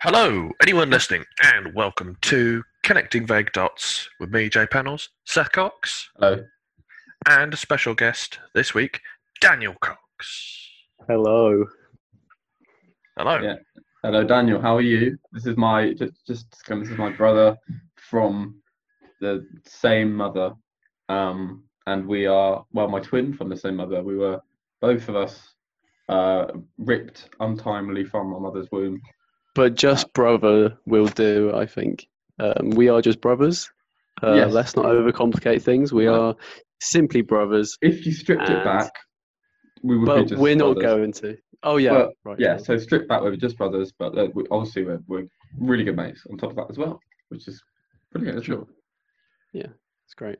Hello, anyone listening, and welcome to Connecting Vague Dots with me, Jay Panels, Seth Cox, Hello. and a special guest this week, Daniel Cox. Hello. Hello. Yeah. Hello, Daniel. How are you? This is my just just disclaimer, this is my brother from the same mother, um, and we are well, my twin from the same mother. We were both of us uh, ripped untimely from our mother's womb. But just brother will do, I think. Um, we are just brothers. Uh, Yes. Let's not overcomplicate things. We No. are simply brothers, If you stripped And- it back, we would be but just we're not brothers. going to. Oh, yeah. Well, right. Yeah, so stripped back, we were just brothers, but uh, we, obviously we're, we're really good mates on top of that as well, which is pretty good. Sure. It's great.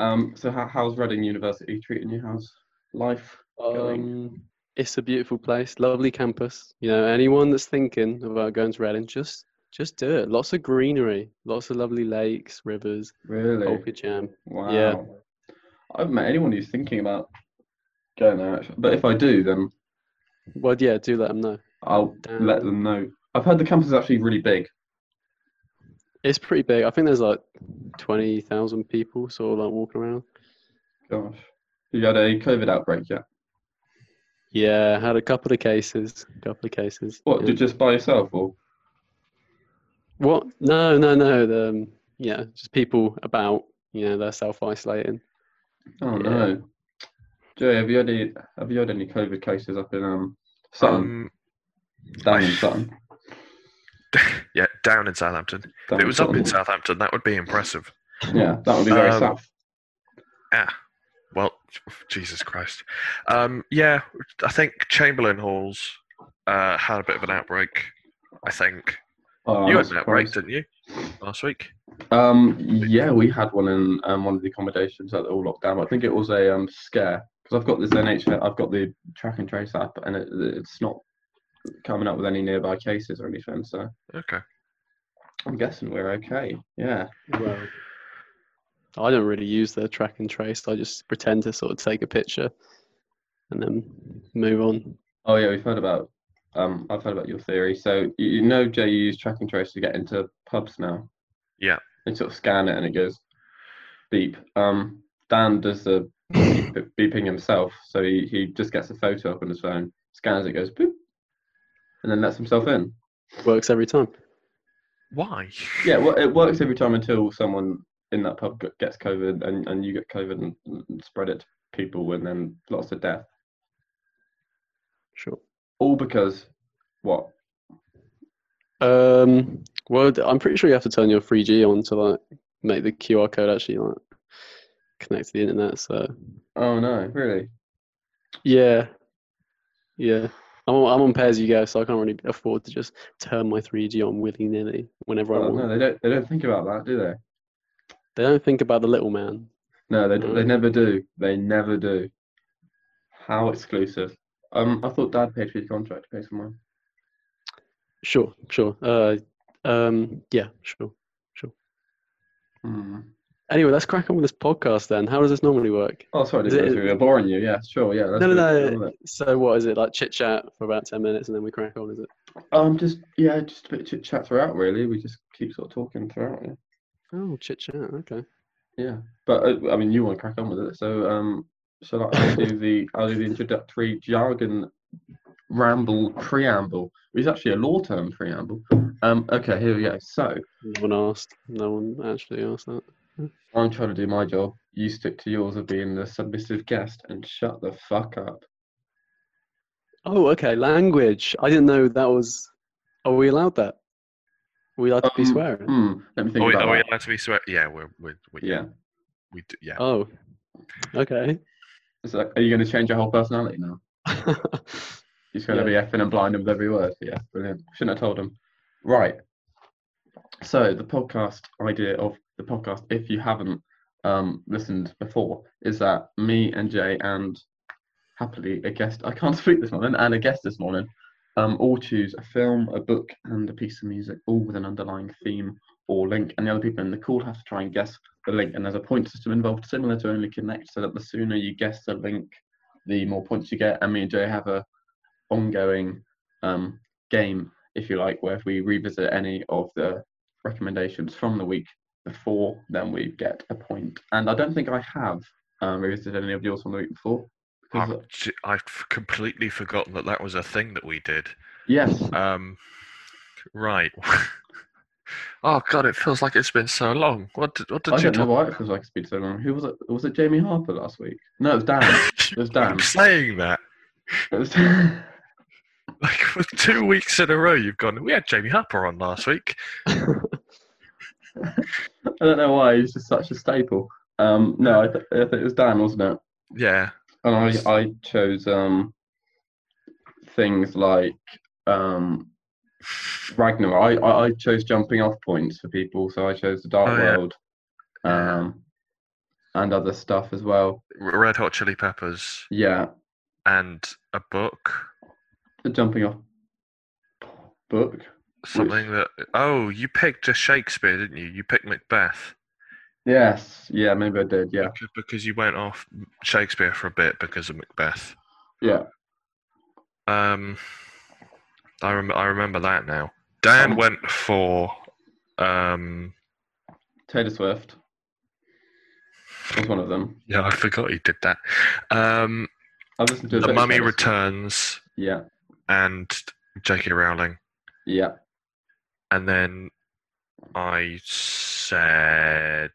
Um, so how, how's Reading University treating you? How's life? Going. Um, it's a beautiful place, lovely campus. You know, anyone that's thinking about going to Reading, just just do it. Lots of greenery, lots of lovely lakes, rivers, Really? orchid jam. Wow. yeah. I haven't met anyone who's thinking about going there, actually. but if I do, then Well, yeah, do let them know. I'll let them know. I've heard the campus is actually really big. It's pretty big. I think there's like twenty thousand people sort of like walking around. Gosh. You had a COVID outbreak yet? Yeah, had a couple of cases. Couple of cases. What, yeah. did just by yourself or? What? No, no, no. The, um, yeah, just people about. You know, they're self-isolating. Oh Yeah. no. Joey, have you had any have you had any COVID cases up in um Sutton? Um, down I- in Sutton. yeah, down in Southampton. Down If it was up in Sutton. Southampton, that would be impressive. Yeah, that would be very Um, south. Ah, well, Jesus Christ. Um, yeah, I think Chamberlain Halls uh, had a bit of an outbreak, I think. Oh, you I'm had an outbreak, surprised. didn't you, last week? Um, yeah, we had one in um, one of the accommodations that they all locked down. I think it was a um, scare because I've got this NHS, I've got the track and trace app, and it, it's not coming up with any nearby cases or anything. So Okay. I'm guessing we're okay. Yeah. Well, I don't really use the track and trace. I just pretend to sort of take a picture, and then move on. Oh yeah, we've heard about. Um, I've heard about your theory. So you, you know, Jay, you use track and trace to get into pubs now. Yeah. You sort of scan it and it goes beep. Um, Dan does the beep- beeping himself. So he, he just gets a photo up on his phone, scans it, goes boop, and then lets himself in. Works every time. Why? Yeah, well, it works every time until someone in that pub g- gets COVID and, and you get COVID and, and spread it to people, and then lots of death. Sure. All because what? Um. Well, d- I'm pretty sure you have to turn your 3G on to like make the QR code actually like connect to the internet. So Oh no, really? Yeah, yeah. I'm on, I'm on pay as you go, so I can't really afford to just turn my 3G on willy nilly whenever I Well, want. Oh, no, they don't. They don't think about that, do they? They don't think about the little man. No, they d- they Mm. never do. They never do. How exclusive. Um, I thought Dad paid for your contract to pay for mine. Sure, sure. Uh, um, yeah, sure. Hmm. Anyway, let's crack on with this podcast then. How does this normally work? Oh, sorry, I Is didn't it- realize we were boring you. Yeah, sure, yeah. let's No, do no, it. no. Let's do it. So what is it like? Chit chat for about 10 minutes, and then we crack on. Is it? Um, just yeah, just a bit of chit chat throughout. Really, we just keep sort of talking throughout. Yeah, Oh, chit chat. Okay. yeah. But uh, I mean, you want to crack on with it, so um, shall I I'll do the I'll do the introductory jargon ramble preamble, which is actually a law term preamble. Um, okay, here we go. So No one asked. No one actually asked that. I'm trying to do my job. You stick to yours of being the submissive guest and shut the fuck up. Oh, okay. Language. I didn't know that was. Are we allowed that? Are we allowed to be Um, swearing? Hmm. Let me think Are we, about are we that. allowed to be swear? Yeah, we're, we're, we Yeah. we do, yeah. Oh, okay. It's like, are you going to change your whole personality now? He's going to Yeah. be effing and blinding with every word. Yeah, brilliant. Shouldn't have told him. Right. So the podcast idea of the podcast, if you haven't um, listened before, is that me and Jay and happily a guest. I can't speak this morning and a guest this morning. Um, all choose a film, a book, and a piece of music, all with an underlying theme or link. And the other people in the call have to try and guess the link. And there's a point system involved, similar to Only Connect, so that the sooner you guess the link, the more points you get. And me and Jay have a ongoing um, game if you like, where if we revisit any of the recommendations from the week before, then we get a point. And I don't think I have um, revisited any of yours from the week before. Because, I'm, j- I've completely forgotten that that was a thing that we did. yes, Um, right. oh god, it feels like it's been so long. What did what did I you don't know talk why it feels like it's been so long. Who was it? Was it Jamie Harper last week? No, it was Dan. it was Dan. I'm saying that. It was- Like for two weeks in a row, you've gone. We had Jamie Harper on last week. I don't know why he's just such a staple. Um, no, I, th- I think it was Dan, wasn't it? Yeah, And I, I chose um, things like um, Ragnar. I, I, I chose jumping off points for people, so I chose the Dark Oh, yeah. World Yeah. um, and other stuff as well. R- Red Hot Chili Peppers Yeah, and a book, the jumping off book. something that. Oh, you picked a Shakespeare, didn't you? You picked Macbeth. Yes, yeah, maybe I did. Yeah, Because- Because you went off Shakespeare for a bit because of Macbeth. yeah. Um, I rem- I remember that now. Dan Um, went for um. Taylor Swift was one of them. Yeah, I forgot he did that. Um, I listened to a the bit of Mummy Taylor Swift. Returns Yeah, and J.K. Rowling, yeah. and then I said,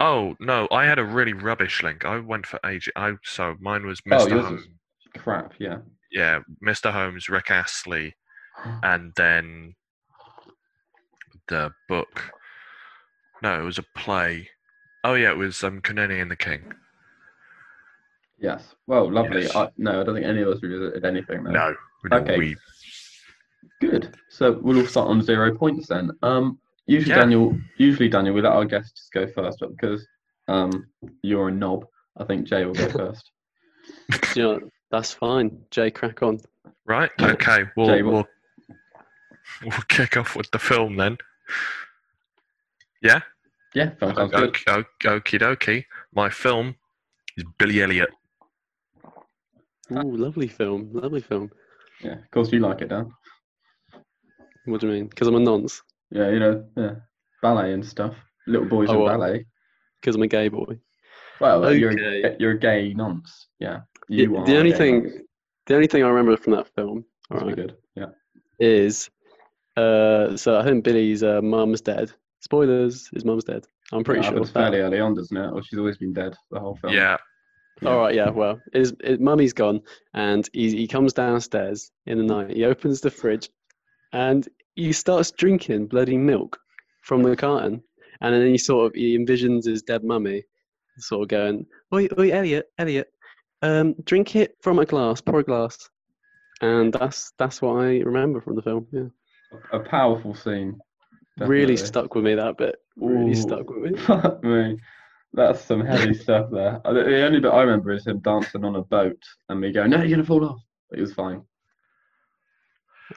"Oh no, I had a really rubbish link. I went for AJ. I so mine was Oh, Mr. yours Holmes. was- Crap. Yeah. Yeah, Mr. Holmes, Rick Astley, and then the book. No, it was a play. Oh yeah, it was um, Kunene and the King. Yes. Well, lovely. Yes. I, no, I don't think any of us revisited anything. Though. No, Okay. we Good. So we'll all start on zero points then. Um, usually Yeah. Daniel, usually Daniel, we let our guests just go first, but because um, you're a knob, I think Jay will go first. You know, that's fine. Jay, crack on. Right. Okay. We'll Jay, what- we'll, we'll kick off with the film then. Yeah. Yeah, film sounds good. Okay. Okie dokie. My film is Billy Elliot. Ooh, lovely film. Lovely film. Yeah, of course you like it, Dan. What do you mean? Because I'm a nonce. Yeah, you know, yeah, ballet and stuff. Little boys Oh, in well. ballet. Because I'm a gay boy. Well, you're a, Okay. you're a gay nonce. Yeah, The- you are. the a only gay thing, nonce. the only thing I remember from that film all That's right, good. Yeah. is, uh, so I think Billy's uh, mum's dead. Spoilers, his mum's dead. I'm pretty That sure. happens that- fairly early on, doesn't it? Or she's always been dead the whole film. Yeah. All right, yeah. Well, his, his mummy's gone, and he he comes downstairs in the night. He opens the fridge, and he starts drinking bloody milk from the carton. And then he sort of he envisions his dead mummy, sort of going, "Oi, oi, Elliot, Elliot, um, drink it from a glass, pour a glass." And that's that's what I remember from the film. Yeah, A powerful scene. really definitely. stuck with me that bit. Really Ooh. stuck with me. Fuck me. That's some heavy stuff there. Uh, The the only bit I remember is him dancing on a boat and me going, No, you're going to fall off. But he was fine.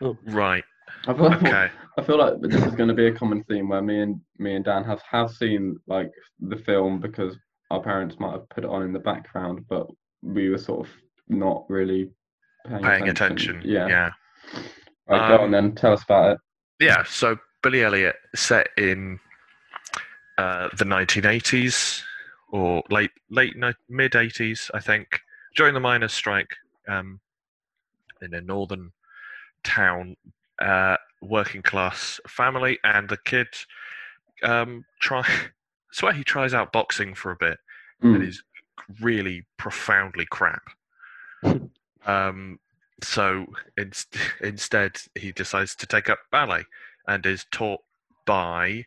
Right. I feel like, Okay. I feel like this is going to be a common theme where me and me and Dan have, have seen like the film because our parents might have put it on in the background, but we were sort of not really paying, Paying attention. Yeah. Yeah. Right, go Um, on then. Tell us about it. yeah, so Billy Elliot set in uh, the 1980s or late late ni- mid 80s, I think, during the miners' strike um, in a northern town, uh, working class family, and the kid um, try. I swear he tries out boxing for a bit Mm. and is really profoundly crap. um, so ins instead, he decides to take up ballet and is taught by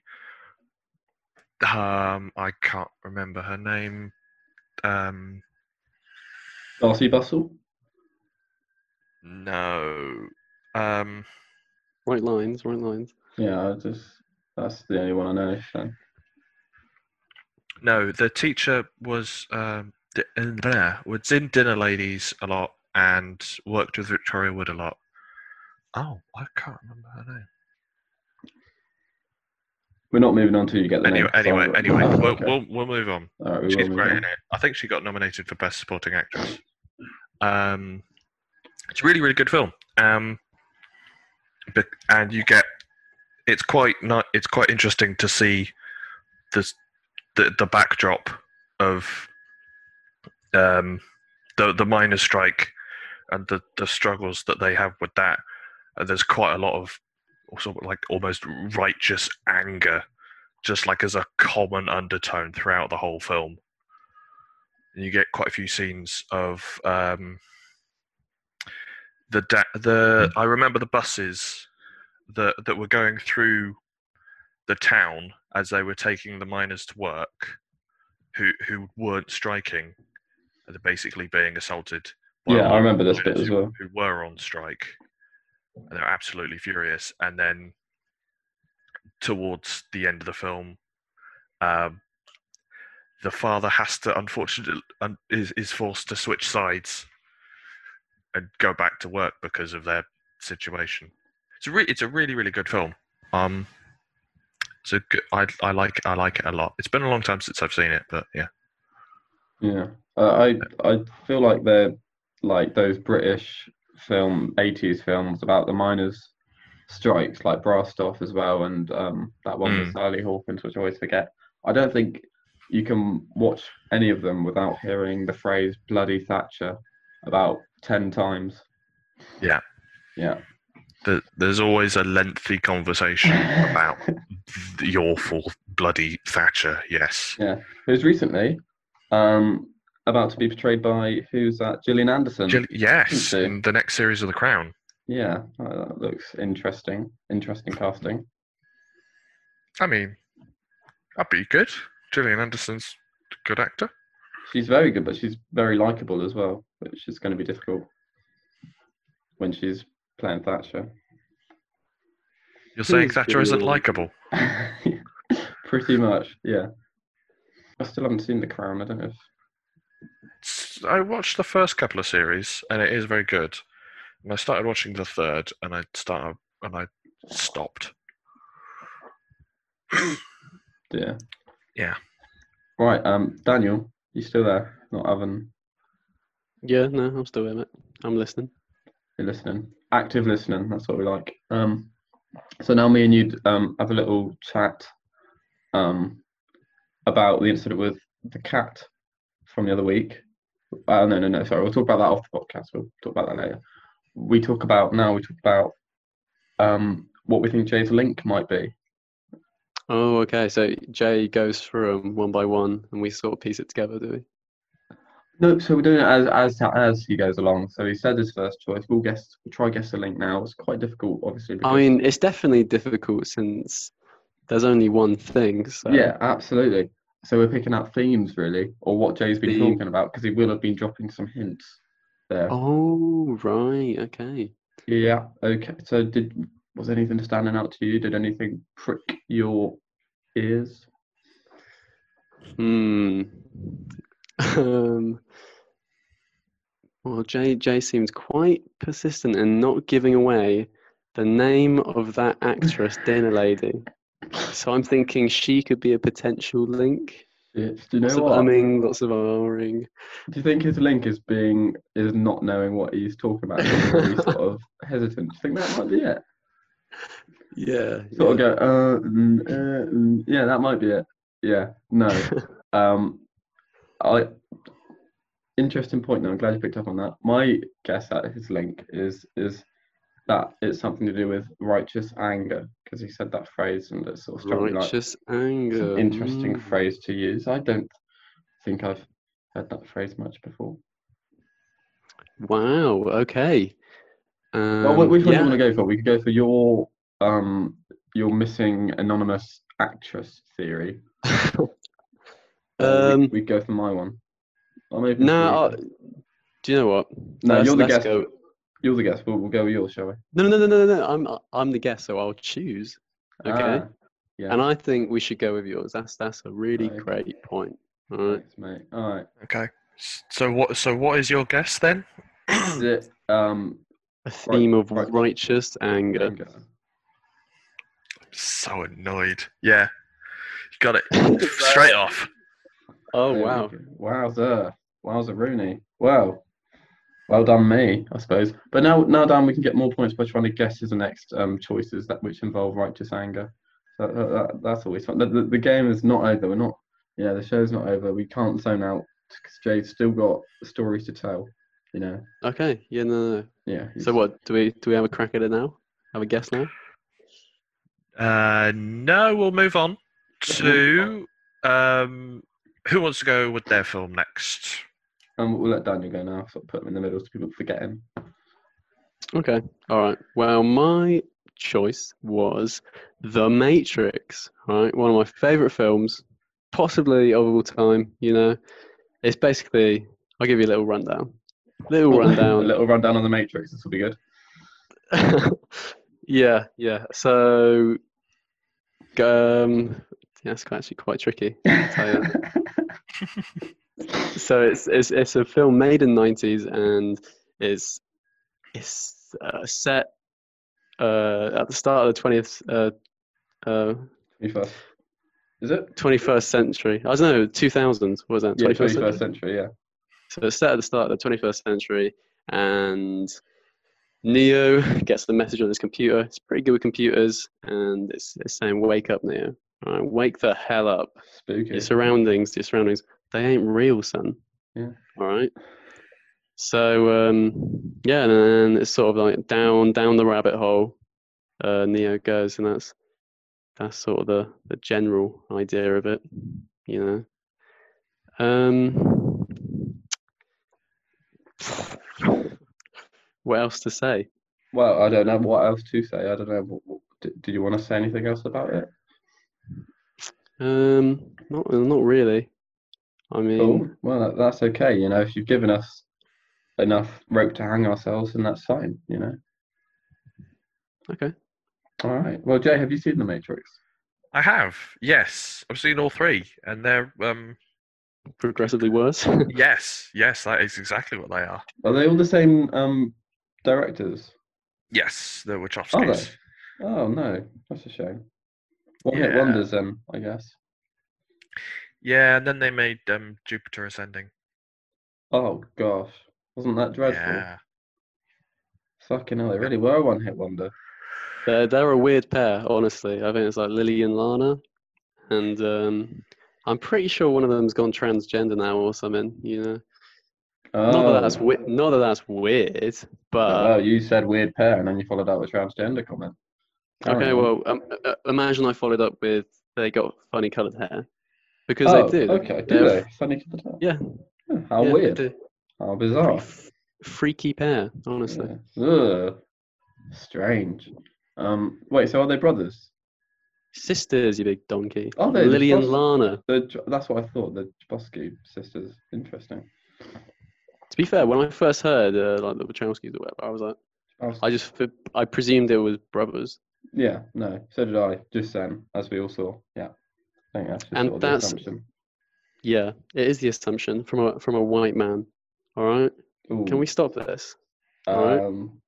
um, I can't remember her name. Um, Darcy Bustle? no, um, Right lines, right lines. Yeah, I just that's the only one I know. So. no. The teacher was um, d- in there was in Dinner Ladies a lot and worked with Victoria Wood a lot. Oh, I can't remember her name. We're not moving on till you get the Anyway, name. anyway, Sorry. Oh, anyway, Okay. we'll, we'll we'll move on. All right, we will She's move great on. in it. I think she got nominated for best supporting actress. Um, it's a really really good film. Um, But, and you get it's quite not it's quite interesting to see this the the backdrop of um the the miners strike and the the struggles that they have with that and there's quite a lot of also like almost righteous anger just like as a common undertone throughout the whole film and you get quite a few scenes of um the da- the Hmm. I remember the buses that that were going through the town as they were taking the miners to work, who who weren't striking, and they're basically being assaulted. Yeah, I remember this miners bit as who- well. Who were on strike, and they're absolutely furious. And then towards the end of the film, um, the father has to unfortunately un- is is forced to switch sides and go back to work because of their situation. It's a re- it's a really really good film. Um, it's a good. I I like I like it a lot. It's been a long time since I've seen it, but yeah. Yeah, uh, I I feel like they're like those British film '80s films about the miners' strikes, like Brass Off as well, and um, that one Hmm. with Sally Hawkins, which I always forget. I don't think you can watch any of them without hearing the phrase "bloody Thatcher" about ten times. Yeah. yeah. There, there's always a lengthy conversation about the awful bloody Thatcher. Yes. Who's recently um, about to be portrayed by who's that? Gillian Anderson. Jill- yes. Okay. In the next series of The Crown. yeah, uh, that looks interesting. Interesting casting. I mean, that'd be good. Gillian Anderson's a good actor. She's very good, but she's very likable as well, which is going to be difficult when she's playing Thatcher. You're saying Please Thatcher isn't do. likable. Pretty much, yeah. I still haven't seen The Crown. I don't know if It's- I watched the first couple of series, and it is very good. And I started watching the third, and I started and I stopped. yeah. Yeah. Right, um, Daniel, you still there? Not Evan. Yeah, no, I'm still here, mate. I'm listening. You're listening. Active listening. That's what we like. Um, so now me and you um have a little chat, um, about the incident with the cat from the other week. Uh, no, no, no. Sorry, we'll talk about that off the podcast. We'll talk about that later. We talk about now. We talk about um what we think Jay's link might be. Oh, okay. So Jay goes through them one by one, and we sort of piece it together, do we? No, so we're doing it as as as he goes along. So he said his first choice. We'll guess. We'll try guess the link now. It's quite difficult, obviously. I because- mean, it's definitely difficult since there's only one thing. So Yeah, absolutely. So we're picking out themes really, or what Jay's been Theme. talking about, because he will have been dropping some hints there. Oh, right. Okay. Yeah. Okay. So did was anything standing out to you? Did anything prick your ears? Hmm. Um, well, Jay Jay seems quite persistent in not giving away the name of that actress, Dana Lady. So I'm thinking she could be a potential link. It's, do you Lots know of what? umming, lots of ahhing. do you think his link is being is not knowing what he's talking about? or he's sort of hesitant. Do you think that might be it? Yeah. Sort of go. Uh, mm, uh, mm, yeah, that might be it. Yeah. No. Um, I interesting point. though. I'm glad you picked up on that. My guess at his link is is that it's something to do with righteous anger because he said that phrase and it's sort of struck me like Righteous it's anger. an interesting mm. phrase to use. I don't think I've heard that phrase much before. Wow. Okay. Um, well, wh- which one yeah. do you want to go for? We could go for your um your missing anonymous actress theory. or Uh, we- um, we'd go for my one. I'm open to no. either. I- do you know what? No, Let's- you're the let's guest. go- You're the guest. We'll, we'll go with yours, shall we? No, no, no, no, no, no. I'm I'm the guest, so I'll choose. Okay. Ah, yeah. And I think we should go with yours. That's that's a really Okay. great point. All right. Thanks, mate. All right. Okay. S- So what? So what is your guess then? Is it um A theme of right. righteous anger. anger? so annoyed. Yeah, you got it straight off. Oh There we wow. uh, go. Wowzer. Wowzer Rooney. Wow. Well done, me, I suppose. But now, now, Dan, we can get more points by trying to guess his next um, choices that which involve righteous anger. So that, that, that's always fun. The, the, the game is not over. We're not. Yeah, the show's not over. We can't zone out because Jade's still got stories to tell. You know. Okay. Yeah. No. no, no. Yeah. he's- So what do we do? We have a crack at it now. Have a guess now. Uh, no, we'll move on to um, who wants to go with their film next? Um, we'll let Daniel go now. Sort of put him in the middle so people forget him. Okay. All right. Well, my choice was The Matrix, right? One of my favorite films, possibly of all time, you know. It's basically, I'll give you a little rundown. Oh. Little a rundown. little rundown on the Matrix. This will be good. yeah, yeah. So, um, that's quite- actually quite tricky. tell so it's, it's it's a film made in the 90s and is it's uh, set uh, at the start of the 20th uh, uh, You first. Is it? 21st century i don't know 2000 what was that Yeah, 21st 21st century? century. Yeah. so it's set at the start of the 21st century and neo gets the message on his computer it's pretty good with computers and it's, it's saying wake up neo All right, wake the hell up Spooky. your surroundings, your surroundings, they ain't real, son. Yeah. All right. So um, yeah, and then it's sort of like down down the rabbit hole. Uh, Neo goes, and that's that's sort of the the general idea of it, you know. Um, what else to say? Well, I don't know what else to say. I don't know. What, what, d- did you want to say anything else about it? Um, not not really. I mean, Cool. Oh, Well, that, that's okay. You know, if you've given us enough rope to hang ourselves, then that's fine. You know. okay. All right. Well, Jay, have you seen The Matrix? I have, yes. I've seen all three, and they're um, Progressively worse. yes, yes. That is exactly what they are. Are they all the same um directors? Yes, they're Wachowskis. Are they? Oh no, that's a shame. One hit Yeah. wonders, um, I guess. Yeah, and then they made um, Jupiter Ascending. Oh gosh, wasn't that dreadful? Yeah, Fucking hell, they really were a one hit wonder. They're, they're a weird pair, honestly. I think it's like Lily and Lana. And um, I'm pretty sure one of them's gone transgender now or something, you know. Oh, Not that that's we- not that that's weird, but oh, you said weird pair, and then you followed out with transgender comment. okay, Oh. well, um, uh, imagine I followed up with they got funny coloured hair because oh, they do. Okay, do They're- they? Sunny to the top. Yeah. Huh, How yeah, they weird. do. How bizarre. F- Freaky pair, honestly. Yeah. Ugh. Strange. Um, wait, so are they brothers? Sisters, you big donkey. Are they? Lily and That's- Lana. The, J- that's what I thought. The Jabosky sisters. Interesting. To be fair, when I first heard uh, like the Wachowskis or whatever, I was like, I was- I just f- I presumed it was brothers. Yeah, no, so did I. Just then, as we all saw. Yeah, I think that's just And sort of the that's- assumption. Yeah, it is the assumption from a from a white man. All right, can Ooh, we stop this? alright. Um,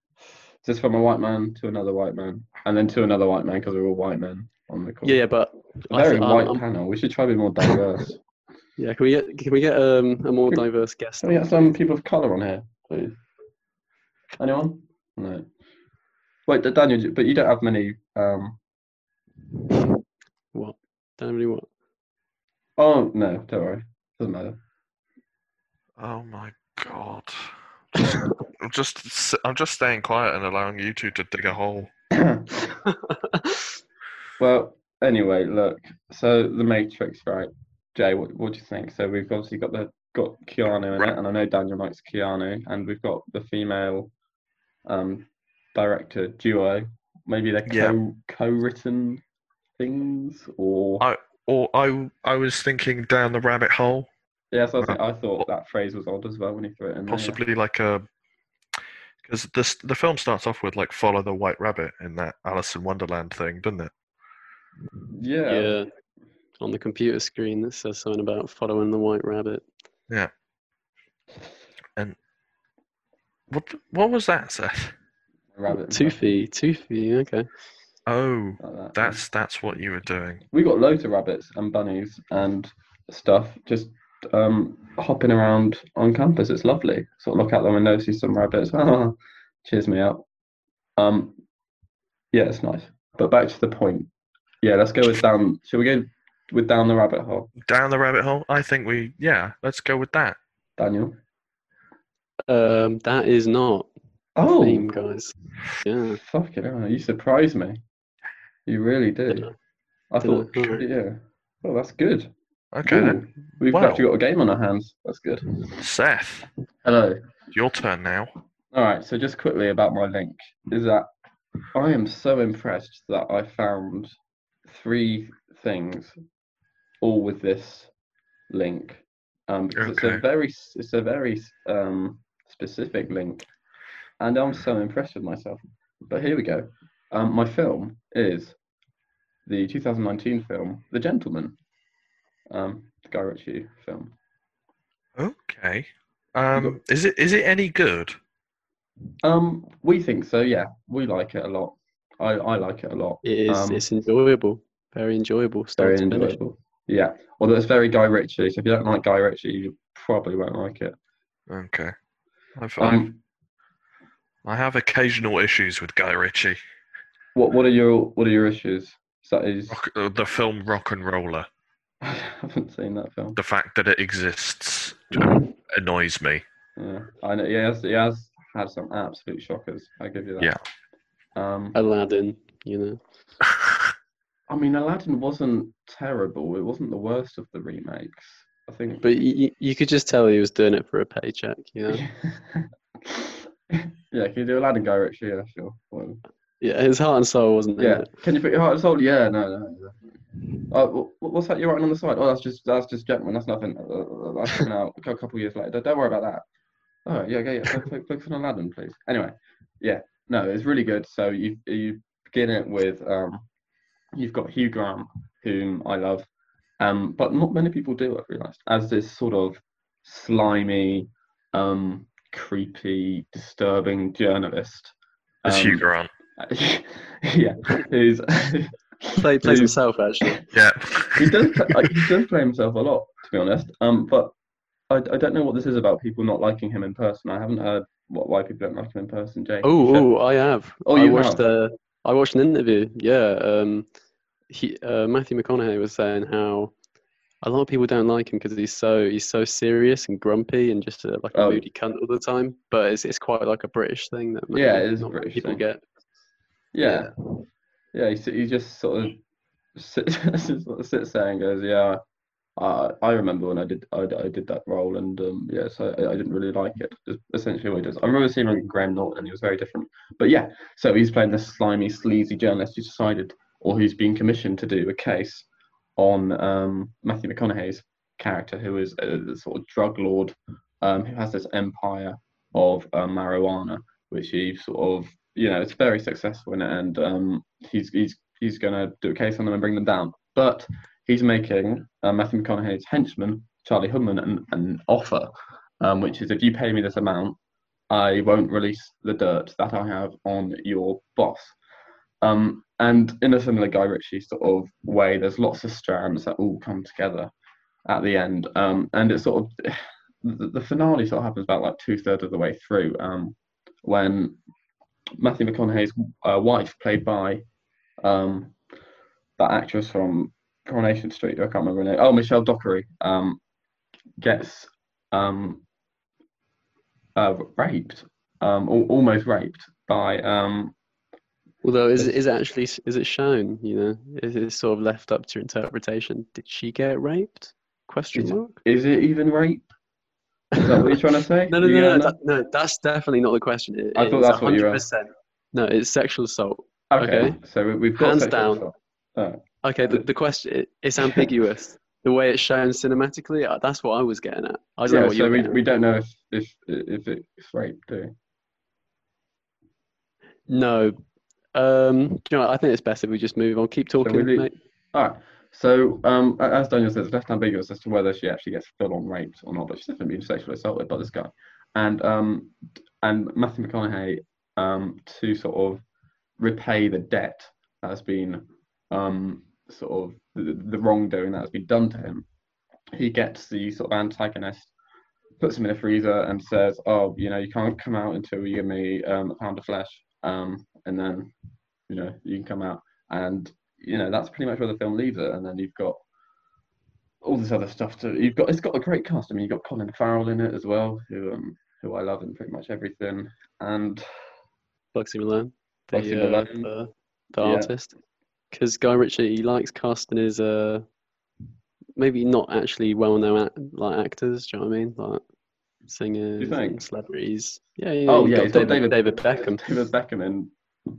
just from a white man to another white man, and then to another white man because we're all white men on the call. Yeah, yeah, but A very I, white um, panel. We should try to be more diverse. yeah. Can we get can we get um, a more Can- diverse guest? Can we get some people of color on here, please? Anyone? No. Wait, D- Daniel, but you don't have many. Um. What? Don't really want. Oh no, don't worry. Doesn't matter. Oh my god. I'm just s- I'm just staying quiet and allowing you two to dig a hole. Well, anyway, look. So the Matrix, right? Jay, what what do you think? So we've obviously got the got Keanu in Right. it, and I know Daniel likes Keanu, and we've got the female um director duo. Maybe they're Yeah. co co-written things, or I- Or I I was thinking down the rabbit hole, yeah. So I, think, I thought that phrase was odd as well when he threw it in. there, yeah. possibly like a because this the film starts off with like follow the white rabbit in that Alice in Wonderland thing, doesn't it? Yeah. Yeah. On the computer screen that says something about following the white rabbit. What th- what was that, Seth? Rabbit. and stuff Toofy, Toofy. Okay. Oh, like that. that's that's what you were doing. we got loads of rabbits and bunnies and stuff just um, hopping around on campus. It's lovely. Sort of look out the window, see some rabbits. Ah, cheers me up. Um, yeah, it's nice. But back to the point. Yeah, let's go with down. Shall we go with down the rabbit hole, Down the rabbit hole. I think we yeah. Let's go with that. Daniel? Um, that is not the Oh, theme, guys. Yeah. fucking hell! You surprised me. You really did. I Did thought, I? Alright. yeah. Well, that's good. Okay Ooh, then, We've Wow. actually got a game on our hands. That's good. Seth, Hello. your turn now. All right, so just quickly about my link is that I am so impressed that I found three things all with this link. Um, because it's Okay. a very s- it's a very s- um, specific link, and I'm so impressed with myself. But here we go. Um, my film is the 2019 film The Gentleman, um, the Guy Ritchie film. Okay. Um, is it is it any good? Um, we think so. Yeah, we like it a lot. I, I like it a lot. It is. Um, it's enjoyable. Very enjoyable. Start very to finish. enjoyable. Yeah, although it's very Guy Ritchie. So if you don't like Guy Ritchie, you probably won't like it. Okay. I've, Um, I've, I have occasional issues with Guy Ritchie. what what are your what are your issues? So that is, Rock, uh, the film Rock and Roller. I haven't seen that film. The fact that it exists annoys me. Yeah, I know. He has, he has had some absolute shockers. I give you that. Yeah. Um, Uh, Aladdin. You know. I mean, Aladdin wasn't terrible. It wasn't the worst of the remakes. I think. But you, you could just tell he was doing it for a paycheck. You know. yeah, can you do Aladdin, Guy Ritchie? Yeah, sure. Whatever. yeah. His heart and soul wasn't in Yeah. it. Can you put your heart and soul? Yeah, no, no. no. Uh, wh- wh- what's that you're writing on the side? Oh, that's just that's just gentlemen. That's nothing. Uh, Uh, that's coming out a cou- couple years later. Don't worry about that. Oh, yeah, okay, yeah. Fo- fo- Focus on Aladdin, please. Anyway, yeah, no, it's really good. So you you begin it with um, you've got Hugh Grant, whom I love, um, but not many people do. I've realised as this sort of slimy, um, creepy, disturbing journalist. It's um, Hugh Grant. yeah, he's, Play, he's- plays himself actually. Yeah. he does pla- like, he does play himself a lot, to be honest. Um, but I, I don't know what this is about people not liking him in person. I haven't heard what why people don't like him in person. Jay, Oh, oh, I have. Oh, I you watched have? uh, I watched an interview. Yeah, um, he uh, Matthew McConaughey was saying how a lot of people don't like him because he's so he's so serious and grumpy and just uh, like a Oh. moody cunt all the time. But it's it's quite like a British thing that Yeah, maybe it is a not many British people thing. get. yeah, yeah. He, sit- he just sort of sits, sits there and goes, yeah. Uh, I remember when I did I, I did that role and um, yeah, so I, I didn't really like it. Is essentially, what he does. I remember seeing him in Graham Norton and he was very different. But yeah, so he's playing this slimy, sleazy journalist who's decided or who's been commissioned to do a case on um, Matthew McConaughey's character, who is a sort of drug lord um, who has this empire of uh, marijuana, which he sort of you know it's very successful in it, and um, he's he's he's going to do a case on them and bring them down. But he's making uh, Matthew McConaughey's henchman Charlie Hunnam an, an offer, um, which is if you pay me this amount, I won't release the dirt that I have on your boss. Um, and in a similar Guy Ritchie sort of way, there's lots of strands that all come together at the end. Um, and it's sort of the, the finale sort of happens about like two thirds of the way through um, when Matthew McConaughey's uh, wife, played by um, that actress from Coronation Street, I can't remember her name. Oh, Michelle Dockery um, gets um, uh, raped, um, al- almost raped by um, Although is it- is it actually is it shown? You know, is it sort of left up to interpretation? Did she get raped? Question Is it- mark. Is it even rape? Is that what you're trying to say? No, no, You no, no, don't that, no. That's definitely not the question. It- I thought it's that's what you were- 100%. No, it's sexual assault. know? Okay, okay. so we- we've got Hands sexual down. assault. Okay, the, the question it, it's ambiguous. the way it's shown cinematically, uh, that's what I was getting at. I don't know Yeah, what you so were we, getting at. we don't know if if if it's rape, do we? No. Um, do you know, what, I think it's best if we just move on. Keep talking, leave- mate. All right. So, um, a- as Daniel says, it's left ambiguous as to whether she actually gets full on raped or not, but she's definitely been sexually assaulted by this guy. And um, and Matthew McConaughey, um, to sort of repay the debt that has been um, sort of the, the wrongdoing that has been done to him, he gets the sort of antagonist, puts him in a freezer, and says, "Oh, you know, you can't come out until you give me um, a pound of flesh, um, and then, you know, you can come out." And you know, that's pretty much where the film leaves it. And then you've got all this other stuff to. You've got it's got a great cast. I mean, you've got Colin Farrell in it as well, who um, who I love in pretty much everything, and Bugsy Malone, the, Bugsy uh, Malone. the, the Yeah. artist. Because Guy Ritchie, he likes casting his uh, maybe not actually well-known act- like actors. Do you know what I mean? Like singers, think? and celebrities. Yeah, yeah. Oh, you've yeah, got he's got David, David David- Beckham. David Beckham in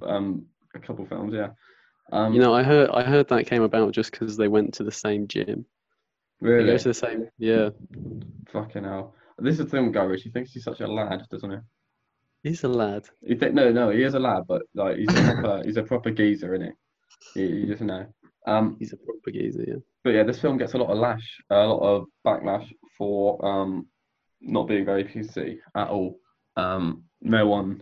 um, a couple films, yeah. Um, you know, I heard I heard that came about just because they went to the same gym. They really, go to the same. Yeah, fucking hell. This is the thing with Guy Ritchie. He thinks he's such a lad, doesn't he? he's a lad. He think no, no, he is a lad, but like he's a proper, he's a proper geezer, isn't he? You, you just know. Um, He's a proper geezer. Yeah. but yeah, this film gets a lot of lash, a lot of backlash for um, not being very PC at all. Um, no one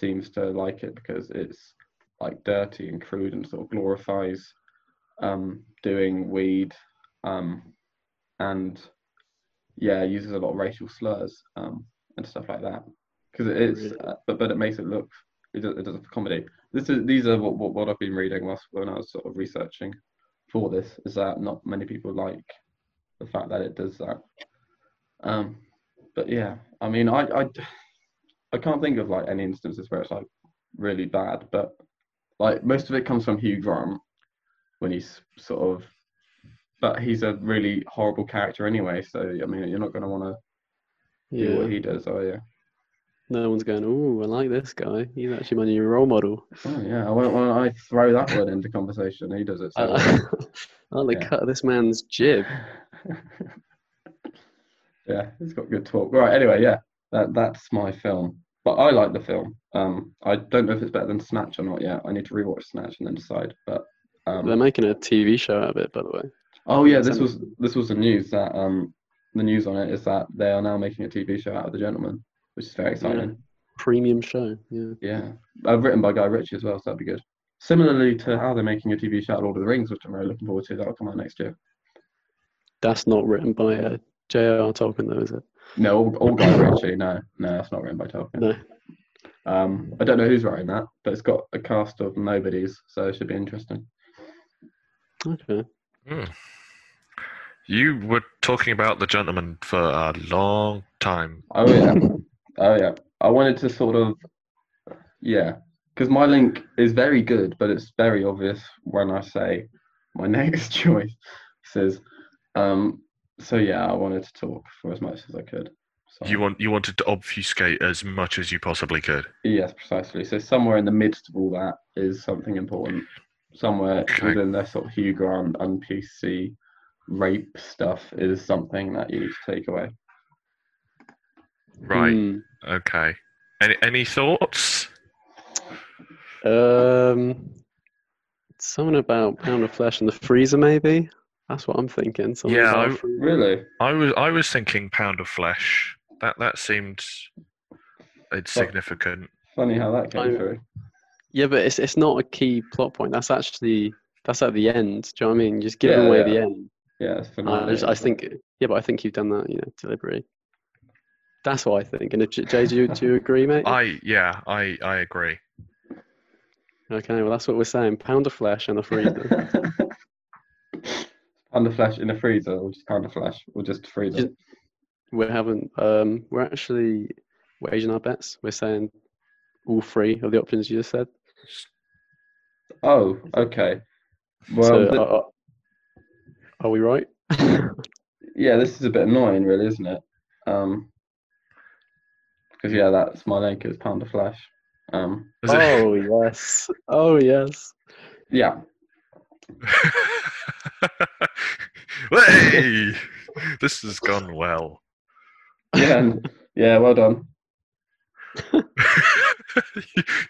seems to like it because it's like dirty and crude and sort of glorifies um, doing weed um, and yeah, uses a lot of racial slurs um, and stuff like that. Because it is, Really? uh, but but it makes it look it does, it does it for comedy. This is these are what, what, what I've been reading whilst when I was sort of researching for this is that not many people like the fact that it does that. Um, but yeah, I mean, I, I I can't think of like any instances where it's like really bad, but like most of it comes from Hugh Grant when he's sort of, but he's a really horrible character anyway. So I mean, you're not going to want to do Yeah. what he does, are you? No one's going. Oh, I like this guy. He's actually my new role model. Oh yeah, I won't want to throw that word into conversation. He does it. I So like, I like the Yeah. cut of this man's jib. yeah, it's got good talk. Right, anyway, yeah, that that's my film. But I like the film. Um, I don't know if it's better than Snatch or not yet. I need to rewatch Snatch and then decide. But They're um, making a TV show out of it, by the way. oh yeah, this was this was the news that um the news on it is that they are now making a TV show out of The Gentleman, which is very exciting. Premium show. Yeah. Yeah, uh, written by Guy Ritchie as well, so that'd be good. Similarly to how they're making a TV show out of Lord of the Rings, which I'm really looking forward to. That'll come out next year. That's not written by uh, J.R.R. Tolkien, though, is it? No, all, all Guy Ritchie. No, no, that's not written by Tolkien. No. Um, I don't know who's writing that, but it's got a cast of nobodies, so it should be interesting. Okay. Hmm. You were talking about the gentleman for a long time. Oh yeah, oh yeah. I wanted to sort of, yeah, because my link is very good, but it's very obvious when I say my next choice is. Um, so yeah, I wanted to talk for as much as I could. So, You want you wanted to obfuscate as much as you possibly could. yes, precisely. So somewhere in the midst of all that is something important. Somewhere Okay. within their sort of Hugh Grant and PC rape stuff is something that you need to take away. Right. Hmm. Okay. Any any thoughts? Hmm. Um, something about pound of flesh in the freezer, maybe. That's what I'm thinking. Something Yeah, about I- free- Really? I was I was thinking pound of flesh. That that seemed insignificant. Funny how that came I- through. yeah, but it's it's not a key plot point. That's actually that's at the end. Do you know what I mean? Just give Yeah, away yeah. the end. Yeah, it's Uh, I, phenomenal. just, I think, yeah, but I think you've done that, you know, deliberately. That's what I think. And if, J- Jay, do you, do you agree, mate? I yeah, I I agree. okay, well, that's what we're saying. Pound of flesh and the freezer. Pound of flesh in a freezer, or just pound of flesh, or just freezer. Just- we haven't. Um, we're actually waging our bets. We're saying all three of the options you just said. Oh, okay. Well, so, uh, thi- are, are we right? yeah, this is a bit annoying, really, isn't it? Um, because yeah, that's my link is pound of flesh. Um, Is it- oh yes. Oh yes. yeah, Oh. Hey, this has gone well. yeah, and- yeah. Well done.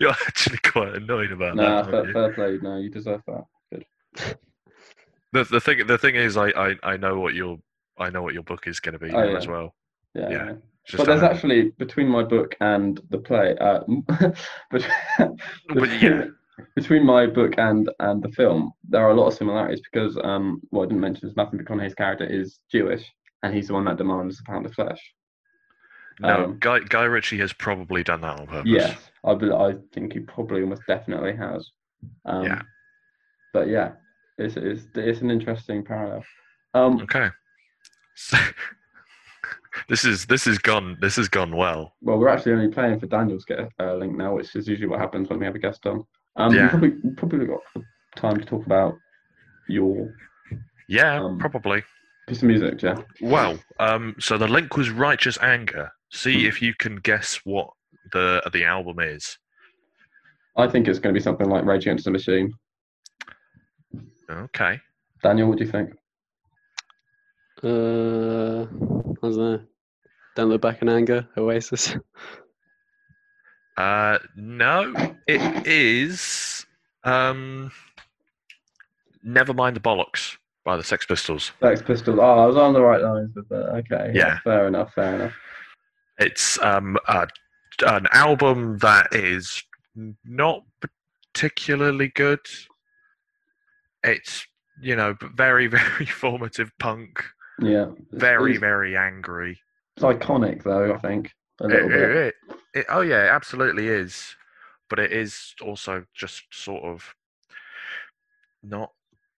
You're actually quite annoyed about Nah, that. aren't fair, you? fair play. No, you deserve that. The, the thing the thing is, I, I, I know what your I know what your book is going to be Oh, now yeah. as well. Yeah. Yeah. yeah. It's just But there's how- actually between my book and the play, uh, but but yeah, between my book and and the film, there are a lot of similarities because um, what I didn't mention is Matthew McConaughey's character is Jewish, and he's the one that demands a pound of flesh. No, Um, Guy Guy Ritchie has probably done that on purpose. Yes, I bel I think he probably almost definitely has. Um, Yeah. But yeah, it's it's it's an interesting parallel. Um, Okay. this is this is gone. This has gone well. well, we're actually only playing for Daniel's get uh, link now, which is usually what happens when we have a guest on. Um, we Yeah. probably we probably got time to talk about your Yeah, Um, probably. piece of music, yeah. Well, um, so the link was righteous anger. See Hmm. if you can guess what the the album is. I think it's going to be something like Rage Against the Machine. Okay. Daniel, what do you think? Uh, I don't know. Don't look back in anger. Oasis. Uh, no, it is. Um, never mind the bollocks by the Sex Pistols. Sex Pistols. Oh, I was on the right lines with that. Okay. Yeah. Fair enough. Fair enough. It's um, uh, an album that is not particularly good. It's you know very very formative punk, Yeah. very It's, very angry. it's iconic though. I think a It- little bit. it- it- it- oh yeah, it absolutely is. But it is also just sort of not